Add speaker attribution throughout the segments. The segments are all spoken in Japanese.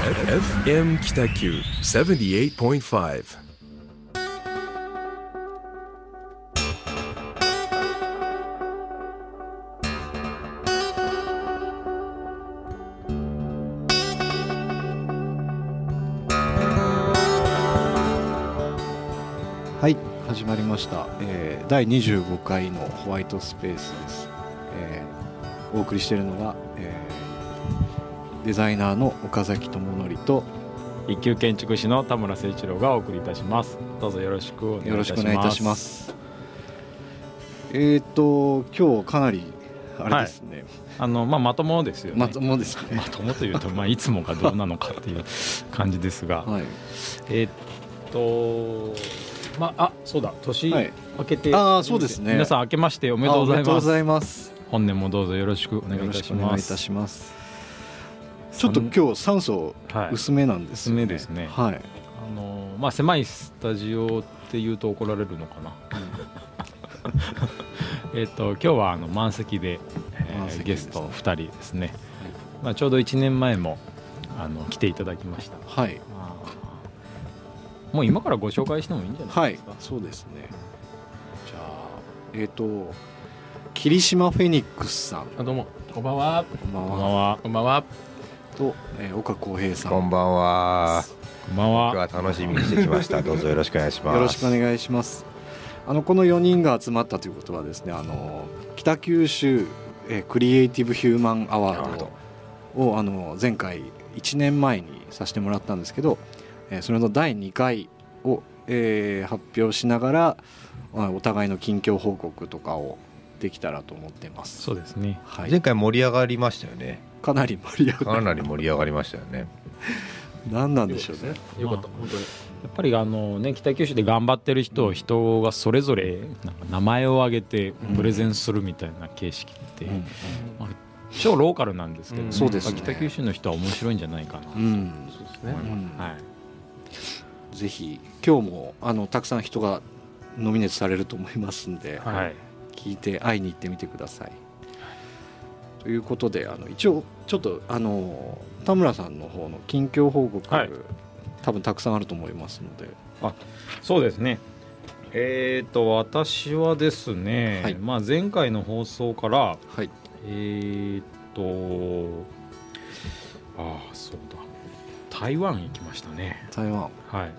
Speaker 1: FM 北九78.5
Speaker 2: はい始まりました、えー第25回のホワイトスペースです、えーお送りしているのは、えーデザイナーの岡崎智則と
Speaker 3: 一級建築士の田村誠一郎がお送りいたしますどうぞよろしくお願いいたしま
Speaker 2: よろしくお
Speaker 3: す
Speaker 2: 願いいたしますえっ、と今日かなりあれですね、
Speaker 3: あのまあまともですよね
Speaker 2: まともですね
Speaker 3: まともというとまあいつもがどうなのかっていう感じですが
Speaker 2: はい
Speaker 3: えっとまああそうだ年
Speaker 2: はい
Speaker 3: 明けて
Speaker 2: あーそうですね
Speaker 3: 皆さん明けましてお
Speaker 2: お
Speaker 3: めでとうございます
Speaker 2: います
Speaker 3: 本年もどうぞよろしくお願い
Speaker 2: よ
Speaker 3: い
Speaker 2: ろ
Speaker 3: た
Speaker 2: し
Speaker 3: し
Speaker 2: くお願
Speaker 3: ま
Speaker 2: いいた
Speaker 3: す
Speaker 2: しますちょっと今日酸素
Speaker 3: はい
Speaker 2: 薄めなんですよね、
Speaker 3: 薄めですね
Speaker 2: はい
Speaker 3: あのまあ狭いスタジオっていうと怒られるのかな えっと今日はあの満席で,、えー
Speaker 2: 満席
Speaker 3: ゲ
Speaker 2: です
Speaker 3: ス
Speaker 2: ね
Speaker 3: ト2人ですね、まあ、ちょうど1年前もあの来ていただきました
Speaker 2: はい
Speaker 3: あーもう今からご紹介してもいいんじゃな
Speaker 2: はい
Speaker 3: で
Speaker 2: い
Speaker 3: すか、
Speaker 2: そうですね。じゃあ、えっ、と、霧島フェニックスさん、
Speaker 4: あどうもこんばんは
Speaker 2: こんばん
Speaker 3: こんば
Speaker 2: は
Speaker 3: んは
Speaker 4: こんばんは
Speaker 2: と、えー岡浩平さん、
Speaker 5: こんばんは。
Speaker 3: こんばんは
Speaker 5: 今日は楽しみにしてきました。どうぞよろしくお願いします。
Speaker 2: よろしくお願いします。あのこの4人が集まったということはですね、あの北九州、えークリエイティブ・ヒューマン・アワードをあの前回1年前にさせてもらったんですけど、えーそれの第2回を、えー発表しながらあお互いの近況報告とかをできたらと思ってます。
Speaker 3: そうですね
Speaker 2: はい
Speaker 5: 前回盛り上がりましたよね。
Speaker 2: かなり盛り上が
Speaker 5: か
Speaker 2: る
Speaker 5: なり盛り上がりましたよね。
Speaker 2: 何なんでしょうね
Speaker 4: よかった本当に
Speaker 3: やっぱりあの、ね、北九州で頑張ってる人人がそれぞれなんか名前を挙げてプレゼンするみたいな形式って、超ローカルなんですけど、
Speaker 4: うん
Speaker 2: そうですね
Speaker 3: 北九州の人は面白いんじゃないかな、
Speaker 2: うん、うん
Speaker 4: そうです
Speaker 3: 思
Speaker 4: ね
Speaker 3: います
Speaker 2: うん
Speaker 3: はい、
Speaker 2: ぜひ今日もあのたくさん人がノミネートされると思いますんで、
Speaker 3: はい
Speaker 2: 聞いて会いに行ってみてください。ということであの一応ちょっとあの田村さんの方の近況報告、
Speaker 3: はい
Speaker 2: 多分たくさんあると思いますので、
Speaker 3: そうですねえっと私はですね、
Speaker 2: はい
Speaker 3: まあ、前回の放送から
Speaker 2: はい、
Speaker 3: えっとああそうだ台湾行きましたね
Speaker 2: 台湾
Speaker 3: はい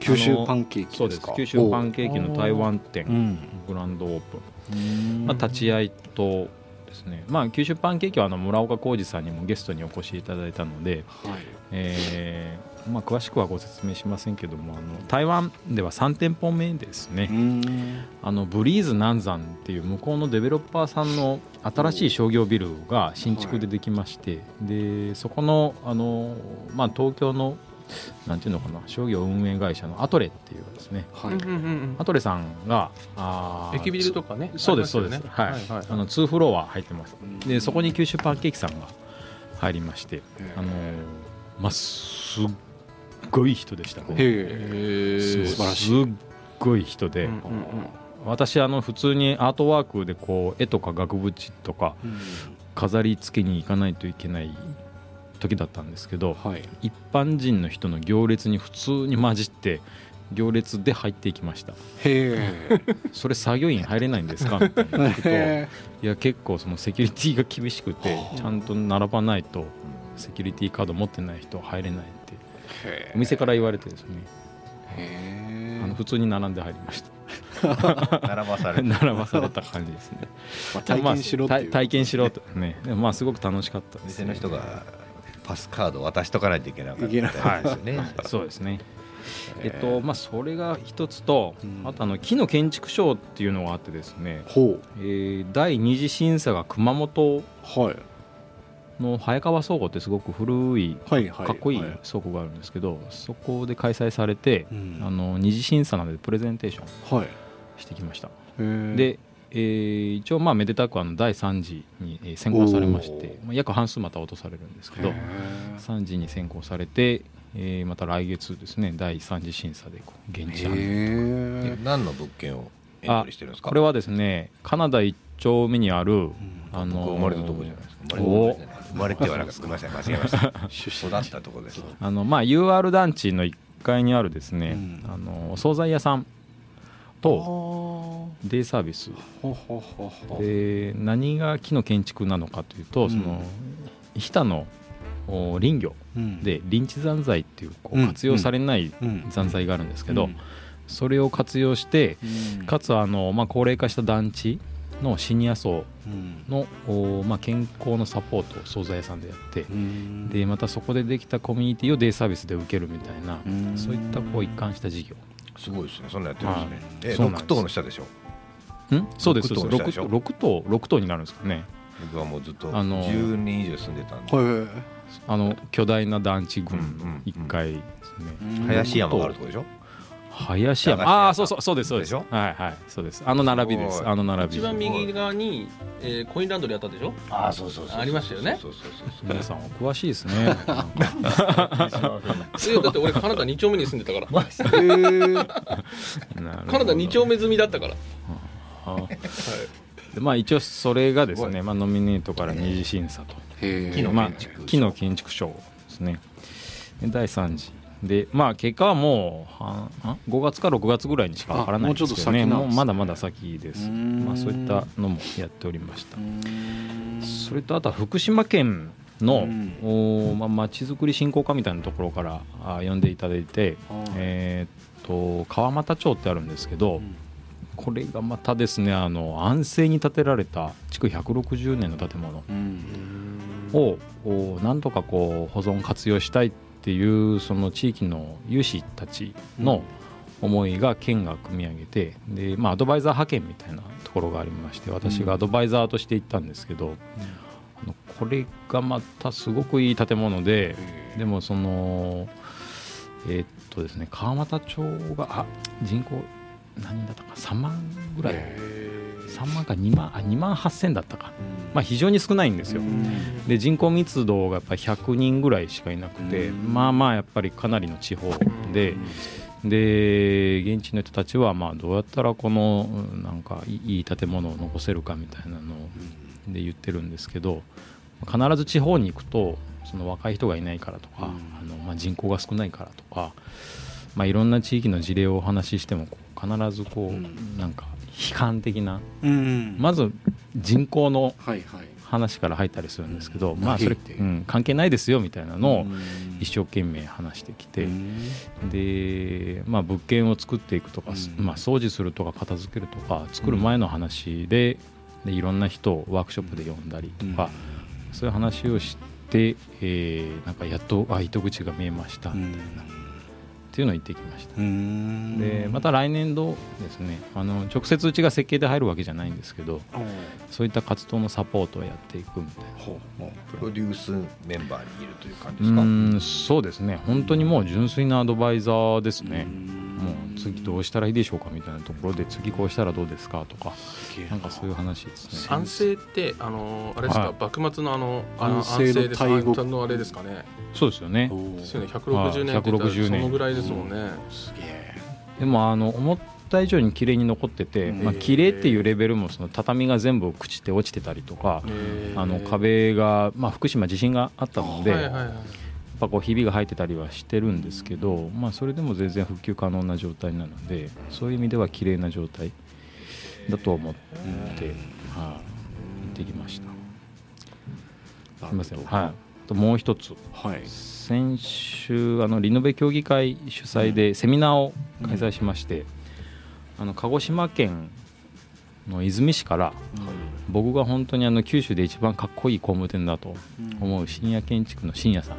Speaker 2: 九州パンケーキ
Speaker 3: そう
Speaker 2: で
Speaker 3: ですす
Speaker 2: か
Speaker 3: 九州パンケーキの台湾
Speaker 2: おう
Speaker 3: 店
Speaker 2: ん、
Speaker 3: グランドオープンまあ、立ち会いとですね、まあ、九州パンケーキはあの村岡浩二さんにもゲストにお越しいただいたので、
Speaker 2: はい
Speaker 3: えーまあ、詳しくはご説明しませんけどもあの台湾では3店舗目です
Speaker 2: う
Speaker 3: ね
Speaker 2: ん
Speaker 3: あのブリーズ南山っていう向こうのデベロッパーさんの新しい商業ビルが新築でできまして、でそこのあの、まあ、東京のなんていうのかな商業運営会社のアトレっていうですね
Speaker 2: はい、
Speaker 4: うんうんうん
Speaker 3: アトレさんがあー
Speaker 4: 駅ビルとかね
Speaker 3: そうです、そうです、
Speaker 4: あ
Speaker 3: は
Speaker 4: りま
Speaker 3: い、
Speaker 4: すよね
Speaker 3: あの2フロア入ってます
Speaker 2: うん、
Speaker 3: でそこに九州パンケーキさんが入りまして、
Speaker 2: えー
Speaker 3: あのーまあ、すっごい人でした、
Speaker 2: へ
Speaker 4: へ
Speaker 2: え
Speaker 4: え
Speaker 2: 素晴らしい
Speaker 3: すっごい人で、
Speaker 4: うんうんうん
Speaker 3: 私、あの普通にアートワークでこう絵とか額縁とか飾り付けに行かないといけない時だったんですけど、
Speaker 2: はい、
Speaker 3: 一般人の人の行列に普通に混じって、行列で入っていきました、
Speaker 2: へ
Speaker 3: それ作業員入れないんです かみたいな聞くと。
Speaker 2: え。
Speaker 3: いや結構そのセキュリティが厳しくてちゃんと並ばないとセキュリティカード持ってない人は入れないってお店から言われてですね
Speaker 2: へ
Speaker 3: あ
Speaker 2: ー
Speaker 3: の普通に並んで入りました
Speaker 5: 並ばされ
Speaker 3: 並
Speaker 5: て。
Speaker 3: ばされた感じですね
Speaker 2: まあ 体験しろって
Speaker 3: まあ
Speaker 2: い
Speaker 3: 体
Speaker 2: う。
Speaker 3: 体験しろとねでもまあすごく楽しかったです
Speaker 5: 店の人がパスカードを渡しとかないといけなかったみたいですよね。
Speaker 3: そうですね
Speaker 2: へ
Speaker 3: え
Speaker 2: ー
Speaker 3: っとまあそれが一つと
Speaker 2: うん
Speaker 3: あとあの木の建築賞っていうのがあってですね
Speaker 2: ほ
Speaker 3: えー第二次審査が熊本
Speaker 2: う。はい。
Speaker 3: の早川倉庫ってすごく古い
Speaker 2: はいはい。
Speaker 3: かっこいい
Speaker 2: は
Speaker 3: 倉庫があるんですけど、そこで開催されて、
Speaker 2: うん
Speaker 3: あの二次審査などでプレゼンテーション
Speaker 2: はい。
Speaker 3: してきました、
Speaker 2: へー、
Speaker 3: で、えー一応まあめでたくあの第3次にえー選考されまして
Speaker 2: お
Speaker 3: まあ約半数また落とされるんですけど
Speaker 2: へー
Speaker 3: 3次に選考されて、えーまた来月ですね第3次審査でこう現地判
Speaker 2: へー
Speaker 5: 何の物件をエントリーしてるんですか。
Speaker 3: これ
Speaker 5: は
Speaker 3: はですねカナダ1丁目にある、あ
Speaker 5: 僕
Speaker 3: の
Speaker 5: 生まれたとこじゃないですか。生まれたとこじ
Speaker 3: お
Speaker 5: ゃないです生まれてはなかったごめんなさい間違えました育ったところです
Speaker 3: あのまあ UR 団地の1階にあるですね、
Speaker 2: うん
Speaker 3: あのお惣菜屋さんと
Speaker 2: ほ
Speaker 3: デイサービス
Speaker 2: ほほほ
Speaker 3: で何が木の建築なのかというと、
Speaker 2: うん
Speaker 3: その日田のお林業
Speaker 2: うん
Speaker 3: で林地残材っていうこ
Speaker 2: う
Speaker 3: うん活用されない
Speaker 2: うん
Speaker 3: 残材があるんですけど、それを活用して
Speaker 2: うん
Speaker 3: かつあの、まあ、高齢化した団地のシニア層
Speaker 2: うん
Speaker 3: の、おまあ、健康のサポートを惣菜屋さんでやって
Speaker 2: うん
Speaker 3: でまたそこでできたコミュニティをデイサービスで受けるみたいな
Speaker 2: うん
Speaker 3: そういったこう一貫した事業
Speaker 5: すごいですねそんなやってるんですねえ
Speaker 3: そうなんで
Speaker 5: 6
Speaker 3: す
Speaker 5: 頭の下でしょ
Speaker 3: んそうです
Speaker 5: 六
Speaker 3: そう
Speaker 5: 棟ですした
Speaker 3: で
Speaker 5: でしょ
Speaker 3: 6棟6棟になるんですかね
Speaker 5: 僕はもうずっと
Speaker 3: あのー
Speaker 5: 10年以上住んでたんで
Speaker 2: はいはいはい
Speaker 3: あの巨大な団地群
Speaker 5: うんうんうん
Speaker 3: 1階ですね、
Speaker 5: 林山があるとこでしょ
Speaker 3: 林
Speaker 5: 駄
Speaker 3: 山
Speaker 5: 菓子屋
Speaker 3: ああーそうそうそうですそうです
Speaker 5: でしょ
Speaker 3: はいはいそうですあの並びですす
Speaker 5: ごい
Speaker 3: あの並び
Speaker 4: 一番右側に、えー、コインランドリーあったでしょ
Speaker 5: ああそうそう
Speaker 4: そうありましたよね
Speaker 5: そうそうそうそう
Speaker 3: 皆さんお詳しいです ねなんか
Speaker 4: えだって俺カナダ2丁目に住んでたから
Speaker 2: へー
Speaker 3: なるほど
Speaker 4: カナダ2丁目済みだったから、は
Speaker 3: あでまあ一応それがです
Speaker 5: すご
Speaker 3: ねまあノミネートから二次審査と
Speaker 2: へー
Speaker 5: 木の
Speaker 3: まあ
Speaker 5: 建築賞
Speaker 3: 木の建築賞ですねで第3次でまあ結果はもうはあ5月か6月ぐらいにしかわからないんですけどね
Speaker 2: あもうちょっと先なん
Speaker 3: も
Speaker 2: ですね
Speaker 3: うまだまだ先です
Speaker 2: うーん
Speaker 3: まあそういったのもやっておりました
Speaker 2: うん
Speaker 3: それとあとは福島県
Speaker 2: う
Speaker 3: の
Speaker 2: ん
Speaker 3: おーまあまちづくり振興課みたいなところからあ呼んでいただいて、
Speaker 2: はい
Speaker 3: えーっと川俣町ってあるんですけど、
Speaker 2: ん
Speaker 3: これがまたですねあの安政に建てられた築160年の建物
Speaker 2: うん
Speaker 3: をおなんとかこう保存活用したいっていうその地域の有志たちの思いが県が組み上げてで、まあ、アドバイザー派遣みたいなところがありまして私がアドバイザーとして行ったんですけど、あのこれがまたすごくいい建物ででもそのえーっとですね川俣町があ人口何人だったか3万ぐらい3万か2万あ2万8000だったか、まあ、非常に少ないんですよ。で人口密度がやっぱ100人ぐらいしかいなくて、
Speaker 2: うん
Speaker 3: まあまあやっぱりかなりの地方で、で現地の人たちはまあどうやったらこのうんなんかいいいい建物を残せるかみたいなのをで言ってるんですけど必ず地方に行くとその若い人がいないからと
Speaker 2: うん
Speaker 3: か、あのまあ、人口が少ないからとか、まあ、いろんな地域の事例をお話ししてもこう必ずこう、
Speaker 2: うん
Speaker 3: なんか悲観的な
Speaker 2: うん
Speaker 3: まず人口の
Speaker 2: はいはい
Speaker 3: 話から入ったりするんですけど、
Speaker 2: うん
Speaker 3: まあそれ、
Speaker 2: 嘆いて
Speaker 3: うん、関係ないですよみたいなのを
Speaker 2: うん
Speaker 3: 一生懸命話してきて、
Speaker 2: うん
Speaker 3: で、まあ、物件を作っていくとか、
Speaker 2: うん
Speaker 3: まあ、掃除するとか片付けるとか作る前の話で,、でいろんな人をワークショップで呼んだりとか、そういう話をして、えーなんかやっとあ糸口が見えました、
Speaker 2: う
Speaker 3: っ
Speaker 2: ん
Speaker 3: ていうのを言ってきました。
Speaker 2: うん
Speaker 3: でまた来年度ですねあの直接うちが設計で入るわけじゃないんですけど
Speaker 2: おう
Speaker 3: そういった活動のサポートをやっていくみたいな
Speaker 2: ほうほう
Speaker 5: プロデュースメンバーにいるという感
Speaker 3: う
Speaker 5: じですか
Speaker 3: ーんそうですね本当にもう純粋なアドバイザーですねもう次どうしたらいいでしょうかみたいなところで次こうしたらどうですかとかなんかそういう話ですね
Speaker 6: 安政ってあのあれですか、
Speaker 3: はい
Speaker 6: 幕末のあのあの
Speaker 2: 安
Speaker 6: 安
Speaker 2: 政の
Speaker 6: 政です
Speaker 2: 大獄
Speaker 6: あのあれですかね
Speaker 3: そうですよね
Speaker 6: ですよね160年って言ったら
Speaker 3: 160年
Speaker 6: そのぐらいですもんね、
Speaker 2: すげえ
Speaker 3: でもあの思った以上に綺麗に残ってて、まあ
Speaker 6: へー
Speaker 3: 綺麗っていうレベルもその畳が全部朽ちて落ちてたりとか
Speaker 6: へー
Speaker 3: あの壁が、まあ、福島地震があったので、
Speaker 6: はいは
Speaker 3: や
Speaker 6: い
Speaker 3: っ
Speaker 6: はい
Speaker 3: ぱこうひびが入ってたりはしてるんですけど、まあ、それでも全然復旧可能な状態なのでそういう意味では綺麗な状態だと思って、はい行ってきました。すみません。はい。あともう一つ、
Speaker 2: はい
Speaker 3: 先週あのリノベ協議会主催でセミナーを開催しまして、あの鹿児島県の出水市から僕が本当にあの九州で一番かっこいい工務店だと思う深夜建築の深夜さん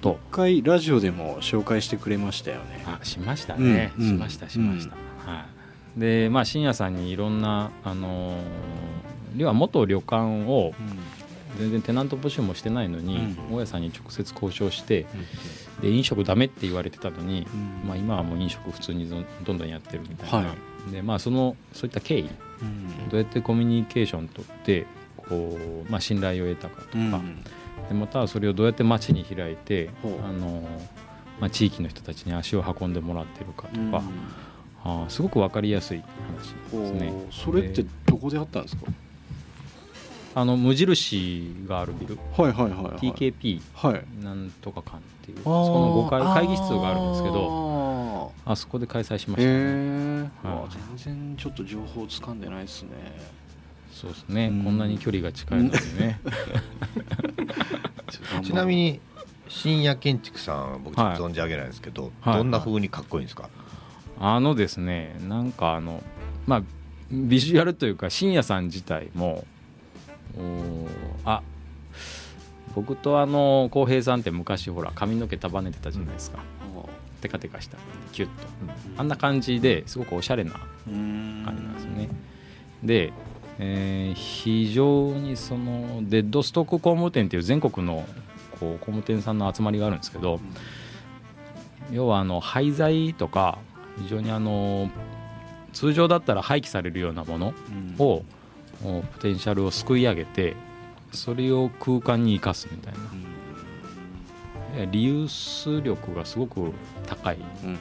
Speaker 3: と、
Speaker 2: 一回ラジオでも紹介してくれましたよね
Speaker 3: あしましたね、
Speaker 2: うん
Speaker 3: しましたしました、はいでまあ深夜さんにいろんなあのー要は元旅館を全然テナント募集もしてないのに、大家さんに直接交渉して、で飲食ダメって言われてたのに、まあ、今はもう飲食普通にどんどんどんやってるみたいな、
Speaker 2: は
Speaker 3: でまあ、そのそういった経緯どうやってコミュニケーション取ってこう、まあ、信頼を得たかとか、でまたはそれをどうやって街に開いてあ
Speaker 2: ほう
Speaker 3: の、まあ、地域の人たちに足を運んでもらってるかとか、あーすごく分かりやすい話ですね。
Speaker 2: それってどこであったんですか
Speaker 3: あの無印があるビル
Speaker 2: はいはいはいはい
Speaker 3: TKP
Speaker 2: はい
Speaker 3: なんとか館っていう
Speaker 2: あー
Speaker 3: その5階会議室があるんですけど
Speaker 2: ど
Speaker 3: あそこで開催しま
Speaker 2: へ
Speaker 3: したね
Speaker 2: え、
Speaker 3: はい
Speaker 2: 全然ちょっと情報つかんでないです ね
Speaker 3: そうですね
Speaker 2: うん
Speaker 3: こんなに距離が近いのにね
Speaker 5: ちなみに深夜建築さん僕ちょっと存じ上げないんですけど、
Speaker 3: はい
Speaker 5: どんな風にかっこいいんですか、
Speaker 3: あのですねなんかあのまあビジュアルというか深夜さん自体もおーあ僕とあの浩平さんって昔ほら髪の毛束ねてたじゃないですか、テカテカしたキュッとあんな感じですごくおしゃれな
Speaker 2: うん
Speaker 3: 感じなんですよね。で、えー非常にそのデッドストック工務店っていう全国のこう工務店さんの集まりがあるんですけど、要はあの廃材とか非常にあの通常だったら廃棄されるようなもの
Speaker 2: うん
Speaker 3: をおポテンシャルをすくい上げてそれを空間に生かすみたいなリユース力がすごく高い
Speaker 2: うん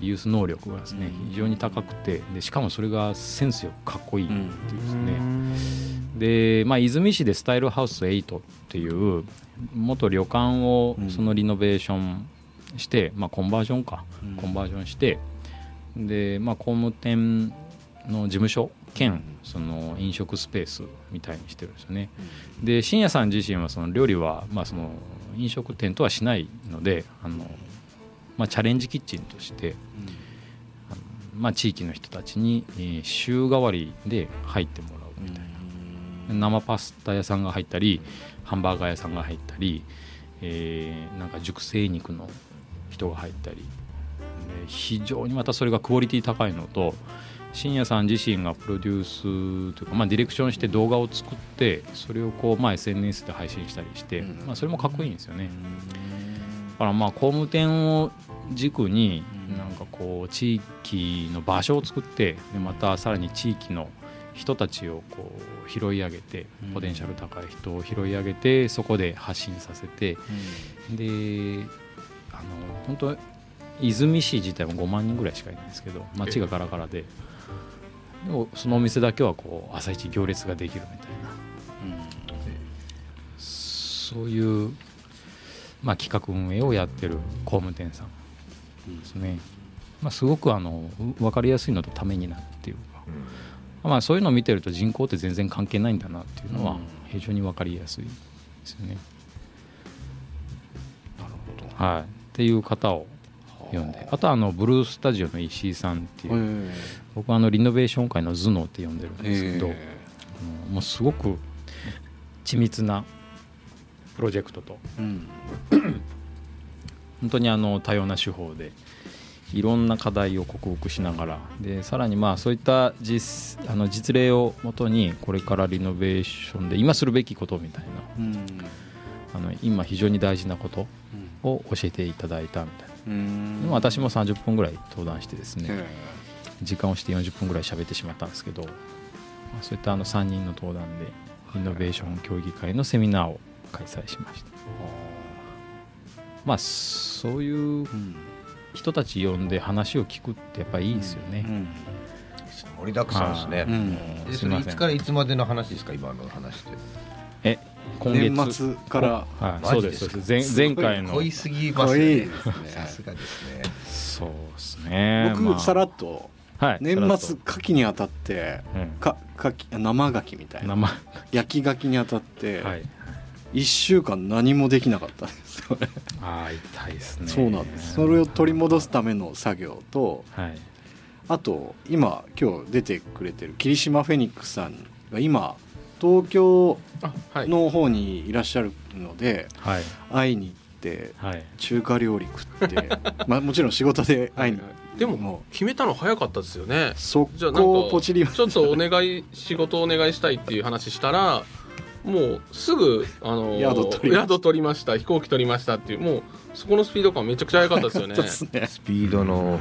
Speaker 3: リユース能力がですね
Speaker 2: うん
Speaker 3: 非常に高くてでしかもそれがセンスよくかっこいいっていうですね、
Speaker 6: ね
Speaker 3: で、まあ、泉市でスタイルハウス8っていう元旅館を
Speaker 2: うん
Speaker 3: そのリノベーションして、まあ、コンバージョンか、
Speaker 2: うん
Speaker 3: コンバージョンしてで、まあ、工務店の事務所兼その飲食スペースみたいにしてるんですよねで深夜さん自身はその料理は、まあ、その飲食店とはしないのであの、まあ、チャレンジキッチンとして、まあ、地域の人たちに、えー週替わりで入ってもらうみたいな。生パスタ屋さんが入ったりハンバーガー屋さんが入ったり、えーなんか熟成肉の人が入ったりで非常にまたそれがクオリティ高いのと深夜さん自身がプロデュースというか、まあ、ディレクションして動画を作ってそれをこう、まあ、SNS で配信したりして、
Speaker 2: うん
Speaker 3: まあ、それもかっこいいんですよね。だからまあ工務店を軸に
Speaker 2: うん
Speaker 3: なんかこう地域の場所を作ってでまたさらに地域の人たちをこう拾い上げて
Speaker 2: うん
Speaker 3: ポテンシャル高い人を拾い上げてそこで発信させてであの本当泉市自体も5万人ぐらいしかいないんですけど街がガラガラででもそのお店だけはこう朝一行列ができるみたいなそういう、まあ、企画運営をやってる工務店さんですね、まあ、すごくあの分かりやすいのとためになるっていうか、まあ、そういうのを見てると人口って全然関係ないんだなっていうの
Speaker 2: う
Speaker 3: は
Speaker 2: ん
Speaker 3: 非常に分かりやすいですよね。
Speaker 2: なるほど
Speaker 3: はい、っていう方を読んであとはあのブルースタジオの石井さんっていう、
Speaker 2: え
Speaker 3: 僕はあのリノベーション界の頭脳って呼んでるん
Speaker 2: え
Speaker 3: ですけど、
Speaker 2: え
Speaker 3: あのもうすごく緻密なプロジェクトと
Speaker 2: えうん
Speaker 3: 本当にあの多様な手法でいろんな課題を克服しながらでさらにまあそういった実あの実例をもとにこれからリノベーションで今するべきことみたいな
Speaker 2: うん
Speaker 3: あの今非常に大事なことを教えていただいたみたいな
Speaker 2: うん
Speaker 3: でも私も30分ぐらい登壇してですね
Speaker 2: え
Speaker 3: 時間をして40分ぐらい喋ってしまったんですけどまあそういったあの3人の登壇でイノベーション協議会のセミナーを開催しました
Speaker 2: え
Speaker 3: まあそういう
Speaker 2: うん
Speaker 3: 人たち呼んで話を聞くってやっぱいいですよね、
Speaker 5: 盛りだくさんですね、
Speaker 2: うんうん
Speaker 5: え
Speaker 3: す
Speaker 5: そ
Speaker 3: い
Speaker 5: れ
Speaker 3: ま
Speaker 5: い
Speaker 3: せん
Speaker 5: つからいつまでの話ですか今の話って
Speaker 3: え今月
Speaker 2: 年末から
Speaker 3: はい、そ
Speaker 5: マ
Speaker 3: う
Speaker 5: ジ
Speaker 3: で
Speaker 5: です
Speaker 3: す
Speaker 5: か
Speaker 3: そうです前前回
Speaker 5: すご
Speaker 3: の
Speaker 5: い濃いすぎます
Speaker 2: 濃い
Speaker 5: ね
Speaker 2: ですね
Speaker 5: さすがですね
Speaker 3: そうですねまあ
Speaker 2: 僕さらっと
Speaker 3: はい
Speaker 2: 年
Speaker 3: さ
Speaker 2: 末牡蠣にあたって
Speaker 3: らっと
Speaker 2: か牡蠣生牡蠣みた
Speaker 3: う
Speaker 2: い
Speaker 3: ん
Speaker 2: な
Speaker 3: 生は
Speaker 2: 焼き牡蠣にあたって
Speaker 3: い
Speaker 2: 1週間何もできなかったんですよね
Speaker 3: ああ痛いですね
Speaker 2: そうなんですそれを取り戻すための作業と
Speaker 3: はい
Speaker 2: あと今今日出てくれてる霧島フェニックスさんが今東京
Speaker 6: あはい
Speaker 2: の方にいらっしゃるので
Speaker 3: はい
Speaker 2: 会いに行って
Speaker 3: はい
Speaker 2: 中華料理食って まあもちろん仕事で会いに行っ
Speaker 6: でも
Speaker 2: も
Speaker 6: 決めたの早かったですよね
Speaker 2: て速
Speaker 6: じゃあなん
Speaker 2: 攻
Speaker 6: か
Speaker 2: ポチりま
Speaker 6: ちょっとお願い仕事お願いしたいっていう話したらもうすぐあの
Speaker 2: 宿取りました
Speaker 6: 宿取りました飛行機取りましたっていうもうそこのスピード感めちゃくちゃ早かったですよ ね
Speaker 2: そうですね
Speaker 5: スピードの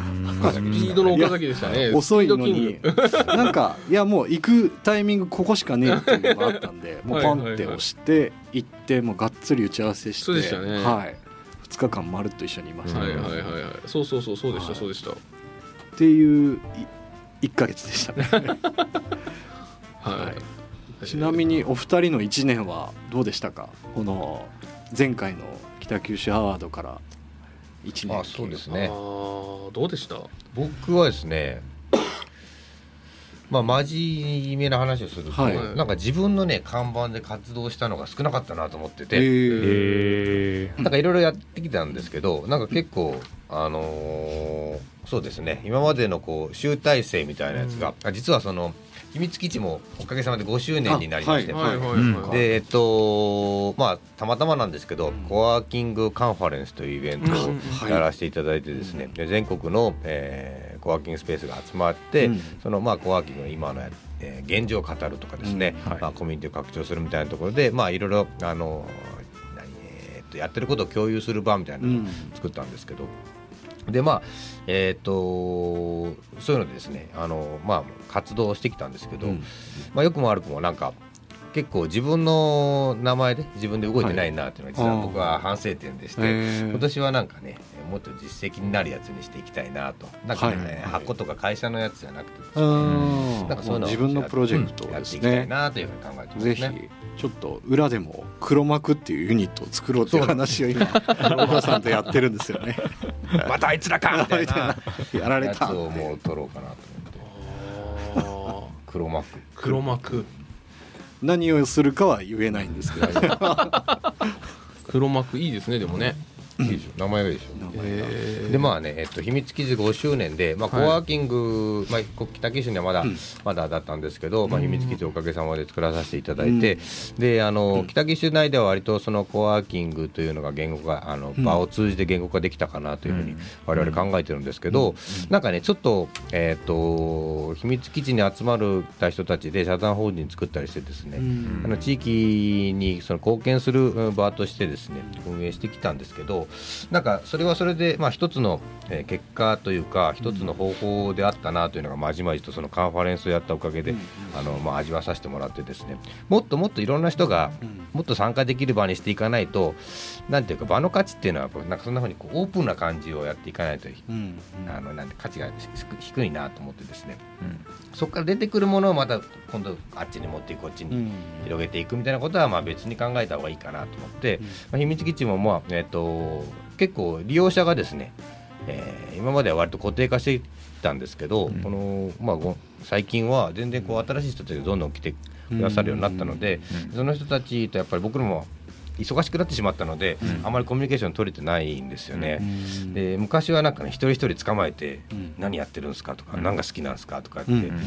Speaker 6: スピードの岡崎でしたね
Speaker 2: 遅いの
Speaker 6: スピー
Speaker 2: になんかいやもう行くタイミングここしかねえっていうのがあったん でもうパンって押して行ってもうがっつり打ち合わせして
Speaker 6: そうでしたね
Speaker 2: はい、2日間まるっと一緒にいまし
Speaker 6: ド
Speaker 2: た、
Speaker 6: キング
Speaker 2: ね
Speaker 6: はいはいはいはいそうそうそうそうでした、
Speaker 2: はい
Speaker 6: そうでした
Speaker 2: っていうい1か月でしたね、
Speaker 6: はい、
Speaker 2: はいちなみにお二人の1年はどうでしたかこの前回の北九州アワードから1年
Speaker 5: あそうです
Speaker 6: あ
Speaker 5: ね
Speaker 6: ーどうでした
Speaker 5: 僕はですねまあ真面目な話をすると、
Speaker 2: はい
Speaker 5: なんか自分のね看板で活動したのが少なかったなと思ってて、
Speaker 2: え
Speaker 3: え
Speaker 5: なんかいろいろやってきたんですけど、なんか結構、あのーそうですね、今までのこう集大成みたいなやつが、あ実はその秘密基地もおかげさまで5周年になりまして、
Speaker 2: あ
Speaker 6: はいはいはい、
Speaker 3: うん
Speaker 6: はい
Speaker 5: でえっとまあたまたまなんですけど、コワーキングカンファレンスというイベント
Speaker 6: うん
Speaker 5: をやらせていただいてですね、で全国の、えーコワーキングスペースが集まって、
Speaker 2: うん
Speaker 5: そのまあコワーキングの今のやえー現状を語るとかですね、
Speaker 3: うんはい
Speaker 5: まあコミュニティを拡張するみたいなところでまあいろいろあの何えーっとやってることを共有する場みたいな
Speaker 2: う
Speaker 5: のを
Speaker 2: ん
Speaker 5: 作ったんですけど、でまあえーっとそういうのでですねあのまあ活動してきたんですけど、
Speaker 2: うん
Speaker 5: まあ、よくも悪くもなんか結構自分の名前で自分で動いてないなっていうのが実
Speaker 2: は
Speaker 5: はい僕は反省点でして、
Speaker 2: へー
Speaker 5: 今年はなんかねもっと実績になるやつにしていきたいなとなんかね、
Speaker 2: はいはい
Speaker 5: 箱とか会社のやつじゃなくてですね、
Speaker 2: あ
Speaker 5: なんかそういう
Speaker 2: ー
Speaker 5: のを
Speaker 2: 自分のプロジェクトを
Speaker 5: や
Speaker 2: で
Speaker 5: って
Speaker 2: す
Speaker 5: いきたい
Speaker 2: ね、
Speaker 5: なというふうに考えてます
Speaker 2: ぜひ
Speaker 5: ね。
Speaker 2: ちょっと裏でも黒幕っていうユニットを作ろうっていう話 を今岡さんとやってるんですよね
Speaker 5: またあいつらかみたいな
Speaker 2: やられ
Speaker 5: やつ
Speaker 2: た
Speaker 5: をもう取ろうかなと思って
Speaker 6: あー
Speaker 5: 黒幕
Speaker 6: 黒幕
Speaker 2: 何をするかは言えないんですけど
Speaker 6: 黒幕いいですねでもね
Speaker 5: いいでしょ名前がいいでしょ
Speaker 6: え
Speaker 5: でまあね、えっと、秘密基地5周年で、まあ、コ
Speaker 6: はい
Speaker 5: ワーキング、まあこ、北九州にはまだ、まだだったんですけど、まあ、秘密基地をおかげさまで作らさせていただいて、であの北九州内では割とそのコワーキングというのが言語化あの場を通じて言語化できたかなというふうに我々考えてるんですけど、なんかねちょっと,、えっと秘密基地に集まるた人たちで社団法人作ったりしてですね、あの地域にその貢献するうん場としてですね運営してきたんですけどなんかそれはそれでまあ一つのえー結果というか一つの方法であったなというのがまじまじとそのカンファレンスをやったおかげであのまあ味わわさせてもらってですねもっともっといろんな人がもっと参加できる場にしていかないとなんていうか場の価値っていうのはやっぱなんかそんなふうにこうオープンな感じをやっていかないと
Speaker 2: うん
Speaker 5: あのなんて価値が低いなと思ってですね
Speaker 3: うん
Speaker 5: そこから出てくるものをまた今度あっちに持っていくこっち
Speaker 2: う
Speaker 5: に
Speaker 2: ん
Speaker 5: 広げていくみたいなことはまあ別に考えた方がいいかなと思って、
Speaker 2: うん
Speaker 5: まあ、秘密基地もまあ、えっと結構利用者がですね、えー今までは割と固定化してたんですけど、
Speaker 3: ん
Speaker 5: このまあ、ご最近は全然こう新しい人たちがどんどん来てくださるようになったので、
Speaker 3: うん
Speaker 5: その人たちとやっぱり僕らも忙しくなってしまったので、あまりコミュニケーション取れてないんですよね。
Speaker 2: うん
Speaker 5: で昔はなんかね一人一人捕まえて
Speaker 2: うん
Speaker 5: 何やってるんですかとか、
Speaker 3: うん
Speaker 5: 何が好きなんですかとかって
Speaker 2: うんうん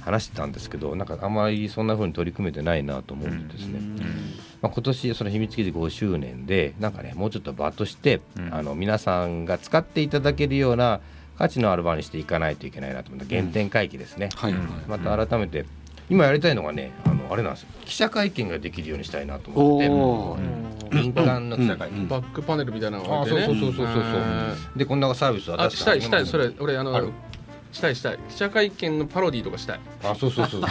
Speaker 5: 話してたんですけどなんかあまりそんな風に取り組めてないなと思うんですね、まあ、今年その秘密基地5周年でなんかねもうちょっと場として、
Speaker 3: うん
Speaker 5: あの皆さんが使っていただけるような価値のある場にしていかないといけないなと思って原点回帰ですね、
Speaker 2: はいはい
Speaker 5: また改めて今やりたいのがねあのあれなんですよ記者会見ができるようにしたいなと思って
Speaker 2: おー
Speaker 5: て民間の記者会見、
Speaker 2: うん
Speaker 6: バックパネルみたいなのが
Speaker 5: あ
Speaker 6: あってね
Speaker 5: そうそうそうそうそうそう
Speaker 6: え
Speaker 5: でこんなサービスを
Speaker 6: ーあしたいしたいそれ俺あ
Speaker 5: あ
Speaker 6: の
Speaker 5: る
Speaker 6: したいしたい記者会見のパロディとかしたい
Speaker 5: あそうそうそう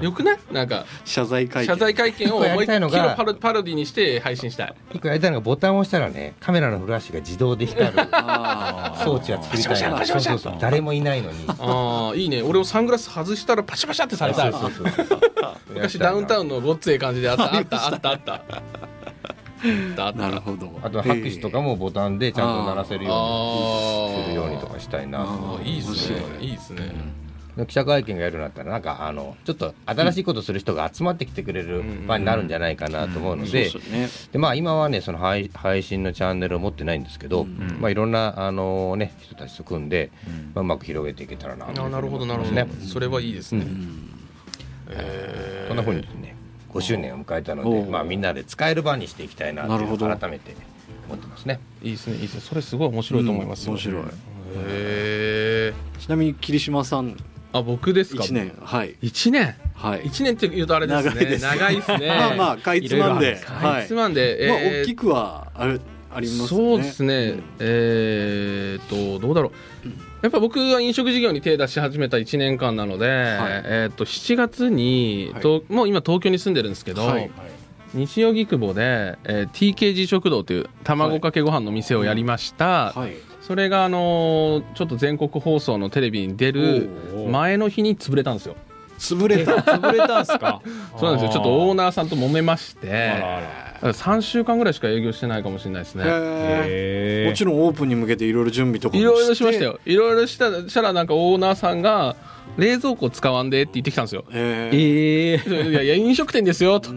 Speaker 6: よくないなんか
Speaker 2: 謝罪会見
Speaker 6: 謝罪会見を思いっき
Speaker 5: やりたいの
Speaker 6: り
Speaker 5: が
Speaker 6: パロパロディにして配信したい
Speaker 5: 一個やりたいのがボタンを押したらねカメラのフラッシュが自動で光る
Speaker 2: あー
Speaker 5: 装置は作りたいなそうそうそう誰もいないのに
Speaker 6: ああいいね俺をサングラス外したらパシャパシャってされたい
Speaker 5: そうそうそう
Speaker 6: 昔ダウンタウ
Speaker 5: ン
Speaker 6: ンのごっつええ感じであ ったあったあったあったあったあった
Speaker 2: なるほど
Speaker 5: あと拍手とかもボタンでちゃんと鳴らせるようにするようにとかしたいなと
Speaker 2: あ
Speaker 5: 思
Speaker 2: ー
Speaker 5: っ
Speaker 6: いいですね
Speaker 2: 面白い
Speaker 6: いいですね
Speaker 5: て記者会見がやるようになったらなんかあのちょっと新しいことする人が集まってきてくれる場になるんじゃないかなと思うので
Speaker 2: そうそうね
Speaker 5: でまあ今はねその配配信のチャンネルを持ってないんですけど、まあいろんなあのね人たちと組んで、まあうまく広げていけたらなというふう
Speaker 6: あ
Speaker 5: に
Speaker 6: なるほどな
Speaker 5: 思
Speaker 6: る
Speaker 5: って
Speaker 6: ほ
Speaker 5: ます
Speaker 6: ど
Speaker 5: ね。
Speaker 6: それはいいですね
Speaker 5: そんなふうにですね5周年を迎えたので、
Speaker 2: おー
Speaker 5: まあみんなで使える場にしていきたいなと
Speaker 2: なる
Speaker 5: い
Speaker 2: ほ
Speaker 5: うの
Speaker 2: ど
Speaker 5: を改めて思ってますね。
Speaker 6: いいですねいいですねそれすごい面白いと思いますよ
Speaker 2: 面白い
Speaker 6: へえ
Speaker 2: ちなみに霧島さん
Speaker 6: あ僕ですか
Speaker 2: 一年はい
Speaker 6: 1年
Speaker 2: はい
Speaker 6: 1年って言うとあれです
Speaker 2: 長いで
Speaker 6: ね
Speaker 2: す
Speaker 6: 長いですね
Speaker 2: まあまあかいつまんで
Speaker 6: かいつまんで
Speaker 2: まあ
Speaker 6: えー
Speaker 2: 大きくはあるありますね
Speaker 6: そうですね、
Speaker 2: ん
Speaker 6: えーっとどうだろうやっぱ僕は飲食事業に手出し始めた1年間なので、えーっと7月に、
Speaker 2: はい
Speaker 6: ともう今東京に住んでるんですけど、
Speaker 2: はい
Speaker 6: 西荻窪で、えー TKG 食堂という卵かけご飯の店をやりました、
Speaker 2: はい
Speaker 6: それがあのーちょっと全国放送のテレビに出る
Speaker 2: おー
Speaker 6: 前の日に潰れたんですよ
Speaker 2: 潰れた
Speaker 3: 潰れたんすか
Speaker 6: そうなんですよちょっとオー
Speaker 3: ナ
Speaker 6: ナーさんと揉めまして
Speaker 3: あらあら
Speaker 6: 3週間ぐらいしか営業してないかもしれないですね
Speaker 2: へ
Speaker 3: へ
Speaker 2: ーもちろんオープンに向けていろいろ準備とかも
Speaker 6: いろいろしました
Speaker 2: て
Speaker 6: よいろいろしたしたらなんかオーナーさんが冷蔵庫使わんでって言ってきたんですよ
Speaker 2: へー
Speaker 3: ええ
Speaker 6: いやいや飲食店ですよと